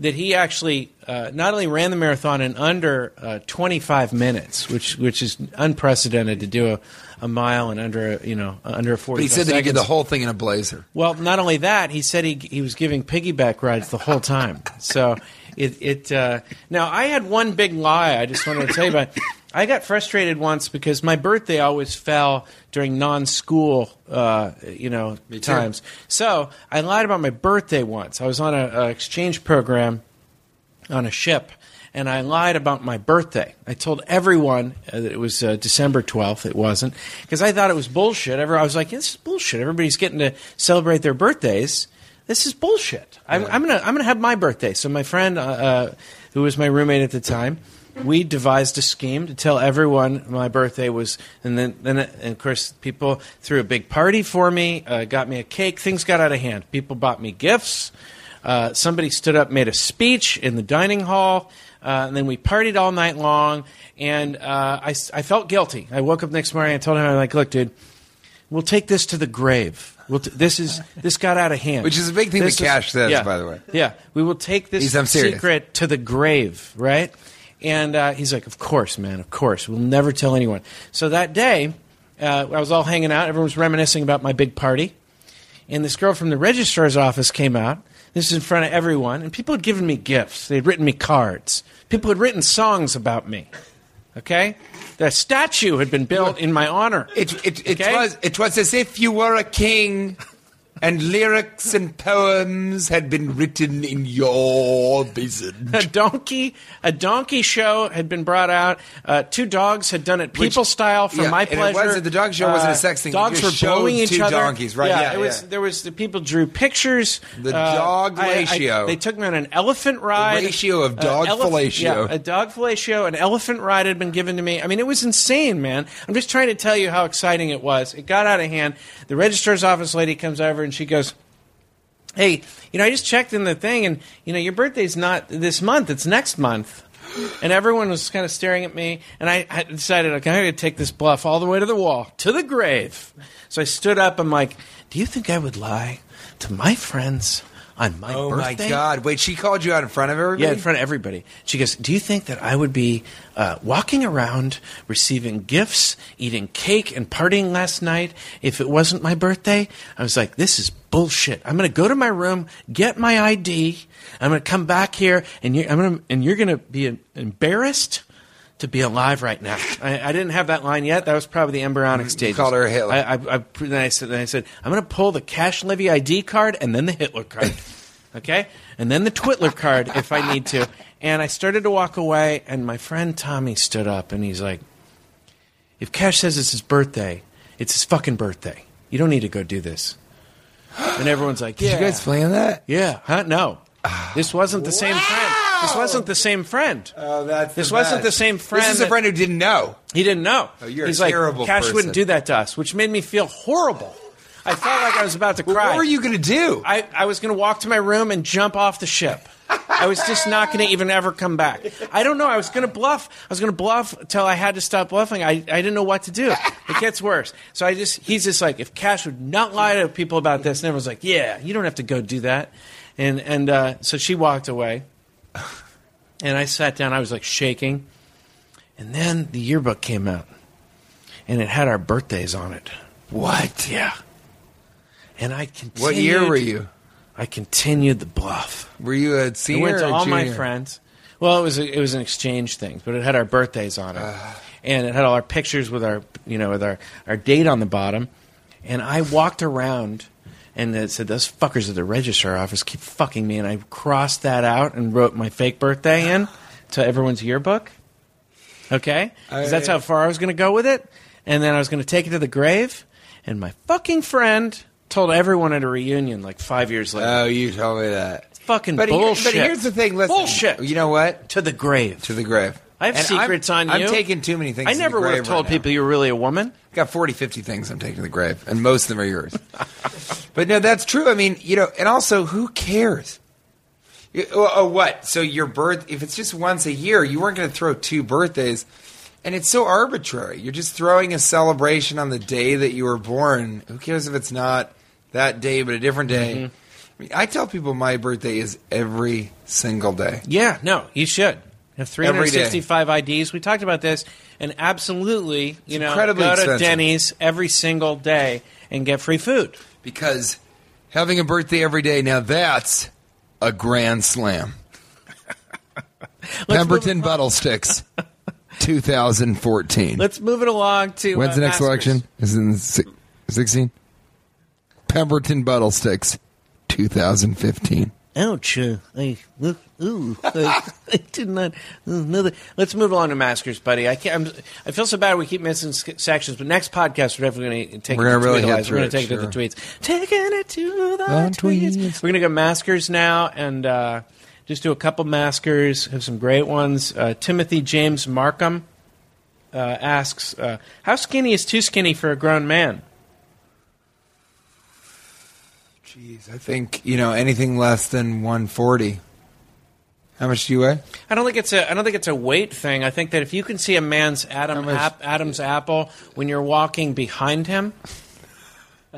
G: that he actually uh, not only ran the marathon in under uh, 25 minutes, which which is unprecedented to do a, a mile in under you know under 40.
B: But he said that he did the whole thing in a blazer.
G: Well, not only that, he said he he was giving piggyback rides the whole time. So it it uh, now I had one big lie. I just wanted to tell you about. I got frustrated once because my birthday always fell during non-school, uh, you know, times. So I lied about my birthday once. I was on a, a exchange program on a ship and I lied about my birthday. I told everyone uh, that it was uh, December 12th. It wasn't because I thought it was bullshit. Ever I was like, this is bullshit. Everybody's getting to celebrate their birthdays. This is bullshit. I'm, I'm gonna I'm gonna have my birthday. So my friend, uh, uh, who was my roommate at the time, we devised a scheme to tell everyone my birthday was, and then then uh, and of course people threw a big party for me, uh, got me a cake. Things got out of hand. People bought me gifts. Uh, somebody stood up, made a speech in the dining hall, uh, and then we partied all night long. And uh, I, s- I felt guilty. I woke up next morning. I told him, I'm like, look, dude, we'll take this to the grave. We'll t- this is this got out of hand,
B: Which is a big thing that Cash says,
G: yeah.
B: by the way.
G: Yeah, we will take this
B: He's- I'm serious.
G: secret to the grave, right? And uh, he's like, "Of course, man. Of course, we'll never tell anyone." So that day, uh, I was all hanging out. Everyone was reminiscing about my big party, and this girl from the registrar's office came out. This is in front of everyone, and people had given me gifts. They had written me cards. People had written songs about me. Okay, the statue had been built in my honor.
B: It, it, it,
G: Okay?
B: was, it was as if you were a king and lyrics and poems had been written in
G: *laughs*
B: your vision.
G: a donkey a donkey show had been brought out. Uh, two dogs had done it people style for
B: yeah,
G: my
B: and it
G: pleasure. Uh,
B: wasn't- the dog show wasn't a sex thing. They
G: Dogs
B: just
G: were blowing
B: showed
G: each
B: two
G: other.
B: donkeys, right?
G: Yeah,
B: Yeah,
G: it was.
B: yeah.
G: There was the people drew pictures.
B: The
G: Uh,
B: dog
G: I- I-
B: ratio.
G: they took me on an elephant ride.
B: ratio of
G: Uh,
B: dog
G: elef-
B: fellatio.
G: yeah, a dog fellatio. An elephant ride had been given to me. I mean, it was insane, man. I'm just trying to tell you how exciting it was. It got out of hand. The registrar's office lady comes over and she goes hey, you know, I just checked in the thing, and you know, your birthday's not this month; it's next month. And everyone was kind of staring at me, and I, I decided, okay, I'm going to take this bluff all the way to the wall, to the grave. So I stood up. I'm like, do you think I would lie to my friends on my
B: Oh
G: birthday?
B: my God. Wait, she called you out in front of everybody?
G: Yeah, in front of everybody. She goes, Do you think that I would be uh, walking around receiving gifts, eating cake, and partying last night if it wasn't my birthday? I was like, This is bullshit. I'm going to go to my room, get my ID. I'm going to come back here, and you're, I'm gonna, and you're going to be em- embarrassed. To be alive right now, I, I didn't have that line yet. That was probably the embryonic stage.
B: called her Hitler.
G: I, I, I, then I said, then I said, I'm going to pull the Cash Levy ID card and then the
B: *laughs*
G: Hitler card, okay, and then the Twitler card if I need to. And I started to walk away, and my friend Tommy stood up and he's like, "If Cash says it's his birthday, it's his fucking birthday. You don't need to go do this." And everyone's like,
B: *gasps*
G: "Yeah,
B: Did you guys plan that? Ah.
G: yeah, huh? No, this wasn't the same friend. This wasn't the same friend.
B: Oh, that's
G: This wasn't the same friend
B: This is a
G: that-
B: friend who didn't know.
G: He didn't know.
B: Oh, you're a
G: He's
B: terrible
G: like, Cash
B: person."
G: wouldn't do that to us, which made me feel horrible. I felt like I was about to cry.
B: What were you going to do?
G: I, I was going to walk to my room and jump off the ship. I was just not going to even ever come back. I don't know. I was going to bluff. I was going to bluff until I had to stop bluffing. I, I didn't know what to do. It gets worse. So I just, he's just like, if Cash would not lie to people about this, and everyone's like, yeah, you don't have to go do that. And, and uh, so she walked away. And I sat down. I was like shaking. And then the yearbook came out, and it had our birthdays on it.
B: What?
G: Yeah. And I continued.
B: What year were you?
G: I continued the bluff.
B: Were you a
G: I
B: senior?
G: went to
B: or
G: all my
B: junior?
G: friends. Well, it was a, it was an exchange thing, but it had our birthdays on it,
B: Uh.
G: and it had all our pictures with our you know with our our date on the bottom. And I walked around, and it said those fuckers at the registrar office keep fucking me, and I crossed that out and wrote my fake birthday
B: *sighs*
G: in to everyone's yearbook. Okay, 'Cause that's how far I was going to go with it, and then I was going to take it to the grave. And my fucking friend told everyone at a reunion like five years later.
B: Oh, you told me that.
G: Fucking
B: but here-
G: bullshit.
B: but here's the thing. Listen,
G: Bullshit.
B: You know what?
G: to the grave.
B: To the grave.
G: I have
B: And
G: secrets
B: I'm,
G: on you.
B: I'm taking too many things.
G: I
B: to the
G: never would have
B: grave
G: told
B: right now.
G: people you were really a woman.
B: got 40, 50 things I'm taking to the grave, and most of them are yours. *laughs* but no, that's true. I mean, you know, and also, who cares? Y- Oh, oh, what? So your birth, if it's just once a year, you weren't going to throw two birthdays. And it's so arbitrary. You're just throwing a celebration on the day that you were born. Who cares if it's not that day, but a different day? I mean, I tell people my birthday is every single day.
G: Yeah, no, you should. You have
B: Every day.
G: 365 IDs. We talked about this, and absolutely, you know, go
B: incredibly
G: to
B: expensive.
G: Denny's every single day and get free food.
B: because having a birthday every day now that's a grand slam pemberton
J: *laughs*
B: bottle sticks 2014
G: Let's move it along to
B: when's
G: uh,
B: the next
G: Masters.
B: election is it in si- 16 pemberton bottle sticks 2015
H: Ouch. Uh, I, uh, ooh.
G: *laughs* I, I did not. Another. Let's move on to Maskers, buddy. I can't. I'm, I feel so bad. We keep missing s- sections, but next podcast we're definitely going to take.
B: We're
G: it
B: gonna
G: to
B: really hit
G: Tweetalize. We're
B: through
G: going
B: it,
G: to take it to the
B: sure.
G: tweets. Taking it to the
B: The
G: tweets.
B: tweets.
G: We're going to go Maskers now and uh, just do a couple Maskers. Have some great ones. Uh, Timothy James Markham uh, asks, uh, "How skinny is too skinny for a grown man?"
B: jeez i think you know anything less than 140 how much do you weigh
G: I don't think it's a. I don't think it's a weight thing. I think that if you can see a man's Adam
B: much-
G: ap- Adam's apple when you're walking behind him, *laughs*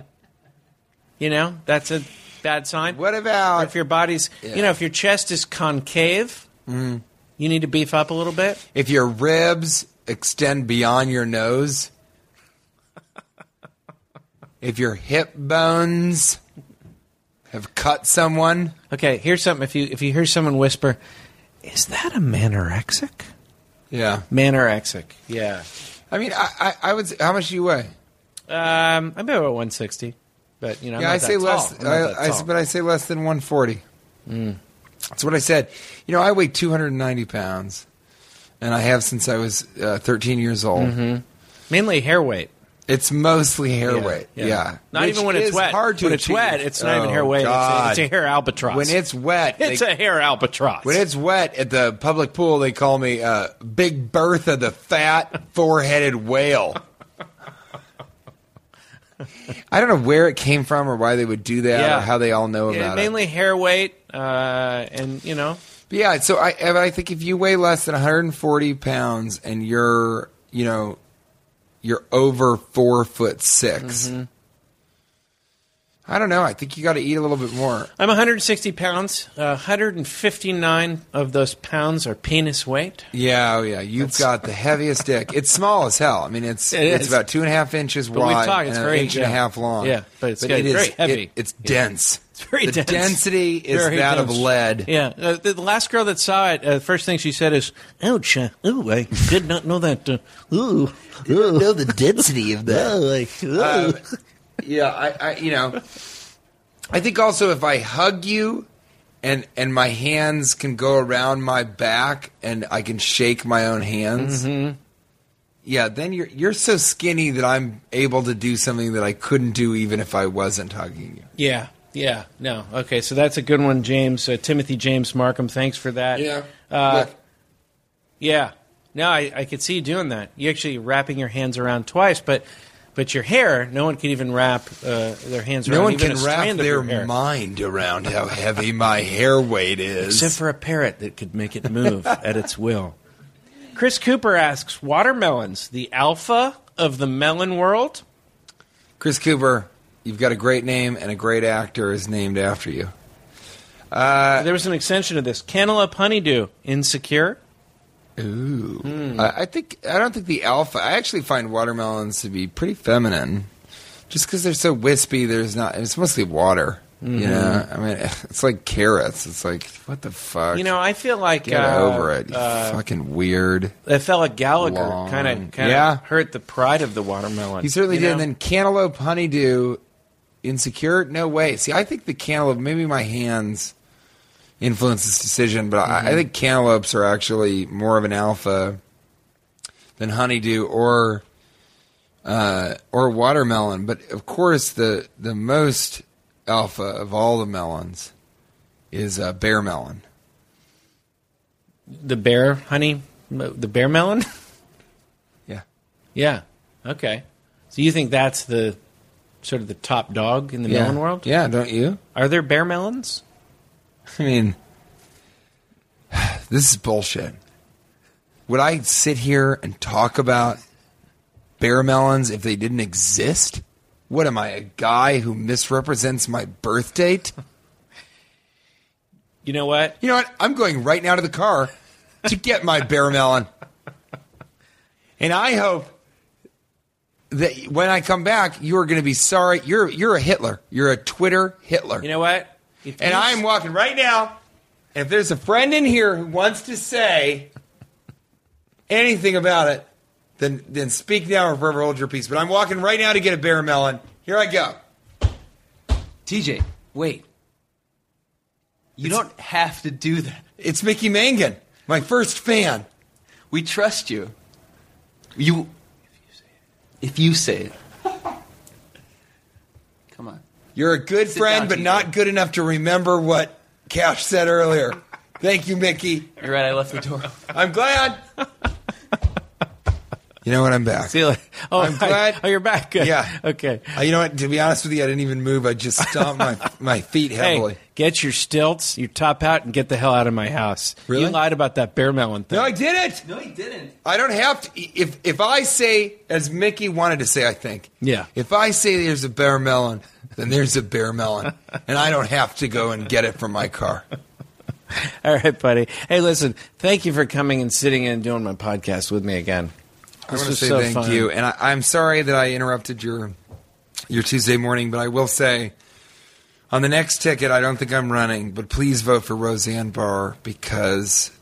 G: you know that's a bad sign.
B: what
G: Or
B: about
G: if your body's, you know, if your chest is concave,
B: Mm.
G: you need to beef up a little bit.
B: if your ribs extend beyond your nose, if your hip bones have cut someone,
G: Okay, here's something. If you if you hear someone whisper, "Is that a manorexic?"
B: yeah.
G: Manorexic. Yeah.
B: I mean, I, I, I would. Say, how much do you weigh?
G: Um, I'm about 160, but you know, I'm
B: yeah,
G: not
B: I
G: that
B: say
G: tall.
B: less. uh,
G: I'm not that
B: I, I,
G: tall. Mm.
B: but I say less than 140. That's what I said. You know, I weigh 290 pounds, and I have since I was uh, 13 years old.
G: mainly hair weight.
B: It's mostly hair
G: Mm-hmm. Yeah,
B: weight.
G: yeah.
B: Yeah,
G: Not
B: Which
G: even when it's
B: is
G: wet.
B: Hard to
G: when it's
B: achieve.
G: wet, it's not even
B: Oh,
G: hair weight. It's a,
B: God.
G: it's a hair albatross.
B: When it's wet, they-
G: *laughs* it's a hair albatross.
B: When it's wet at the public pool, they call me uh, Big Bertha, the fat, four-headed whale. I don't know where it came from or why they would do that
G: Yeah.
B: or how they all know
G: Yeah,
B: about
G: mainly
B: it.
G: hair weight, uh, and you know,
B: But yeah, so I, and I think if you weigh less than 140 pounds and you're, you know, you're over four foot 6
G: Mm-hmm.
B: I don't know. I think you got to eat a little bit more.
G: I'm 160 pounds. Uh, 159 of those pounds are penis weight. *laughs*
B: Yeah, oh yeah. You've got the heaviest dick. It's small as hell. I mean, it's
G: It
B: it's
G: is.
B: about two and a half inches
G: we've
B: wide
G: talked, it's
B: and
G: very-
B: an inch and
G: yeah.
B: a half long.
G: Yeah, but it's
B: it
G: good.
B: is-
G: Very heavy.
B: it- it's
G: *laughs*
B: dense.
G: It's very
B: the
G: dense.
B: density is
G: Very
B: that of
G: dense.
B: lead.
G: Yeah, uh, the, the last girl that saw it, uh, first thing she said is,
H: Ouch. Uh,
B: *laughs*
H: ooh, I did not know that. Uh, ooh. Didn't know the density of that. Oh, I, ooh.
B: Um, Yeah, I, I you know, I think also if I hug you, and and my hands can go around my back, and I can shake my own hands.
G: Mm-hmm.
B: Yeah, then you're you're so skinny that I'm able to do something that I couldn't do even if I wasn't hugging you.
G: "Yeah, yeah, no, okay." So that's a good one, James. Uh, Timothy James Markham. Thanks for that. Uh,
B: Look.
G: Yeah. No, I, I could see you doing that. You actually wrapping your hands around twice, but But your hair, no one can even wrap uh, their hands around.
B: No one
G: even
B: can
G: a
B: wrap
G: strand of
B: their
G: your hair.
B: mind around how heavy my hair weight is.
G: Except for a parrot that could make it *laughs* move at its will. Chris Cooper asks Watermelons, the alpha of the melon world?
B: Chris Cooper, you've got a great name, and a great actor is named after you. Uh,
G: there was an extension of this. Cantaloupe honeydew, insecure?
B: Ooh, I, I think I don't think the alpha. I actually find watermelons to be pretty feminine, just because they're so wispy. There's not. It's mostly water. Yeah, I mean, *laughs* it's like carrots. It's like what the fuck.
G: You know, I feel like
B: get
G: uh,
B: over it. You
G: Uh,
B: fucking weird.
G: that fella Gallagher
B: Long.
G: kind of kind of
B: Yeah.
G: hurt the pride of the watermelon.
B: He certainly
G: you
B: did. And
G: know?
B: then cantaloupe honeydew, insecure? No way. See, I think the cantaloupe. Maybe my hands influence this decision, but
G: Mm-hmm.
B: I, I think cantaloupes are actually more of an alpha than honeydew or uh, or watermelon. But of course, the the most alpha of all the melons is uh, bear melon.
G: the bear honey, the bear melon.
B: Yeah.
G: yeah. Okay. So you think that's the sort of the top dog in the melon world?
B: Yeah, don't you?
G: Are there bear melons?
B: I mean, this is bullshit. Would I sit here and talk about bear melons if they didn't exist? What am I, a guy who misrepresents my birth date?
G: You know what?
B: You know what? I'm going right now to the car to get my bear melon. And I hope that when I come back, you are going to be sorry. You're you're a Hitler. You're a Twitter Hitler.
G: You know what? If
B: And
G: you-
B: I'm walking right now. If there's a friend in here who wants to say anything about it, then then speak now or forever hold your peace. But I'm walking right now to get a bear melon. Here I go.
K: TJ, wait. You don't have to do that.
B: It's Mickey Mangan, my first fan.
K: We trust you. You. If you say it. Come on.
B: You're a good friend,
K: down,
B: but
K: TJ.
B: not good enough to remember what Cash said earlier. Thank you, Mickey.
K: You're right, I left the door.
B: I'm glad. you know what? I'm back.
G: Feel it. Oh,
B: I'm
G: hi.
B: glad-
G: Oh, you're back. Good.
B: Yeah.
G: Okay.
B: Uh, you know what? To be honest with you, I didn't even move. I just
K: *laughs*
B: stomped my my feet heavily.
G: Hey, get your stilts, your top hat, and get the hell out of my house.
B: Really?
G: You lied about that bear melon thing.
B: No, I did it.
K: No, he didn't.
B: I don't have to. If if I say, as Mickey wanted to say, I think.
G: Yeah.
B: If I say there's a bear melon, then there's a bear melon, and I don't have to go and get it from my car.
G: All right, buddy. Hey, listen, thank you for coming and sitting in and doing my podcast with me again.
B: I want to
G: was
B: say
G: so
B: thank
G: fun.
B: you, and I, I'm sorry that I interrupted your your Tuesday morning, but I will say. On the next ticket, I don't think I'm running, but please vote for Roseanne Barr because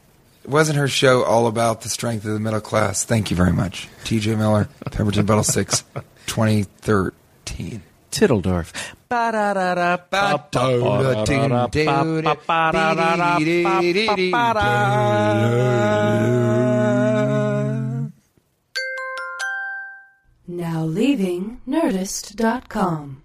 B: it wasn't her show all about the strength of the middle class. Thank you very much. TJ Miller, Pemberton Bottle 6, 2013.
G: Tittledorf.
C: Now leaving Nerdist.com.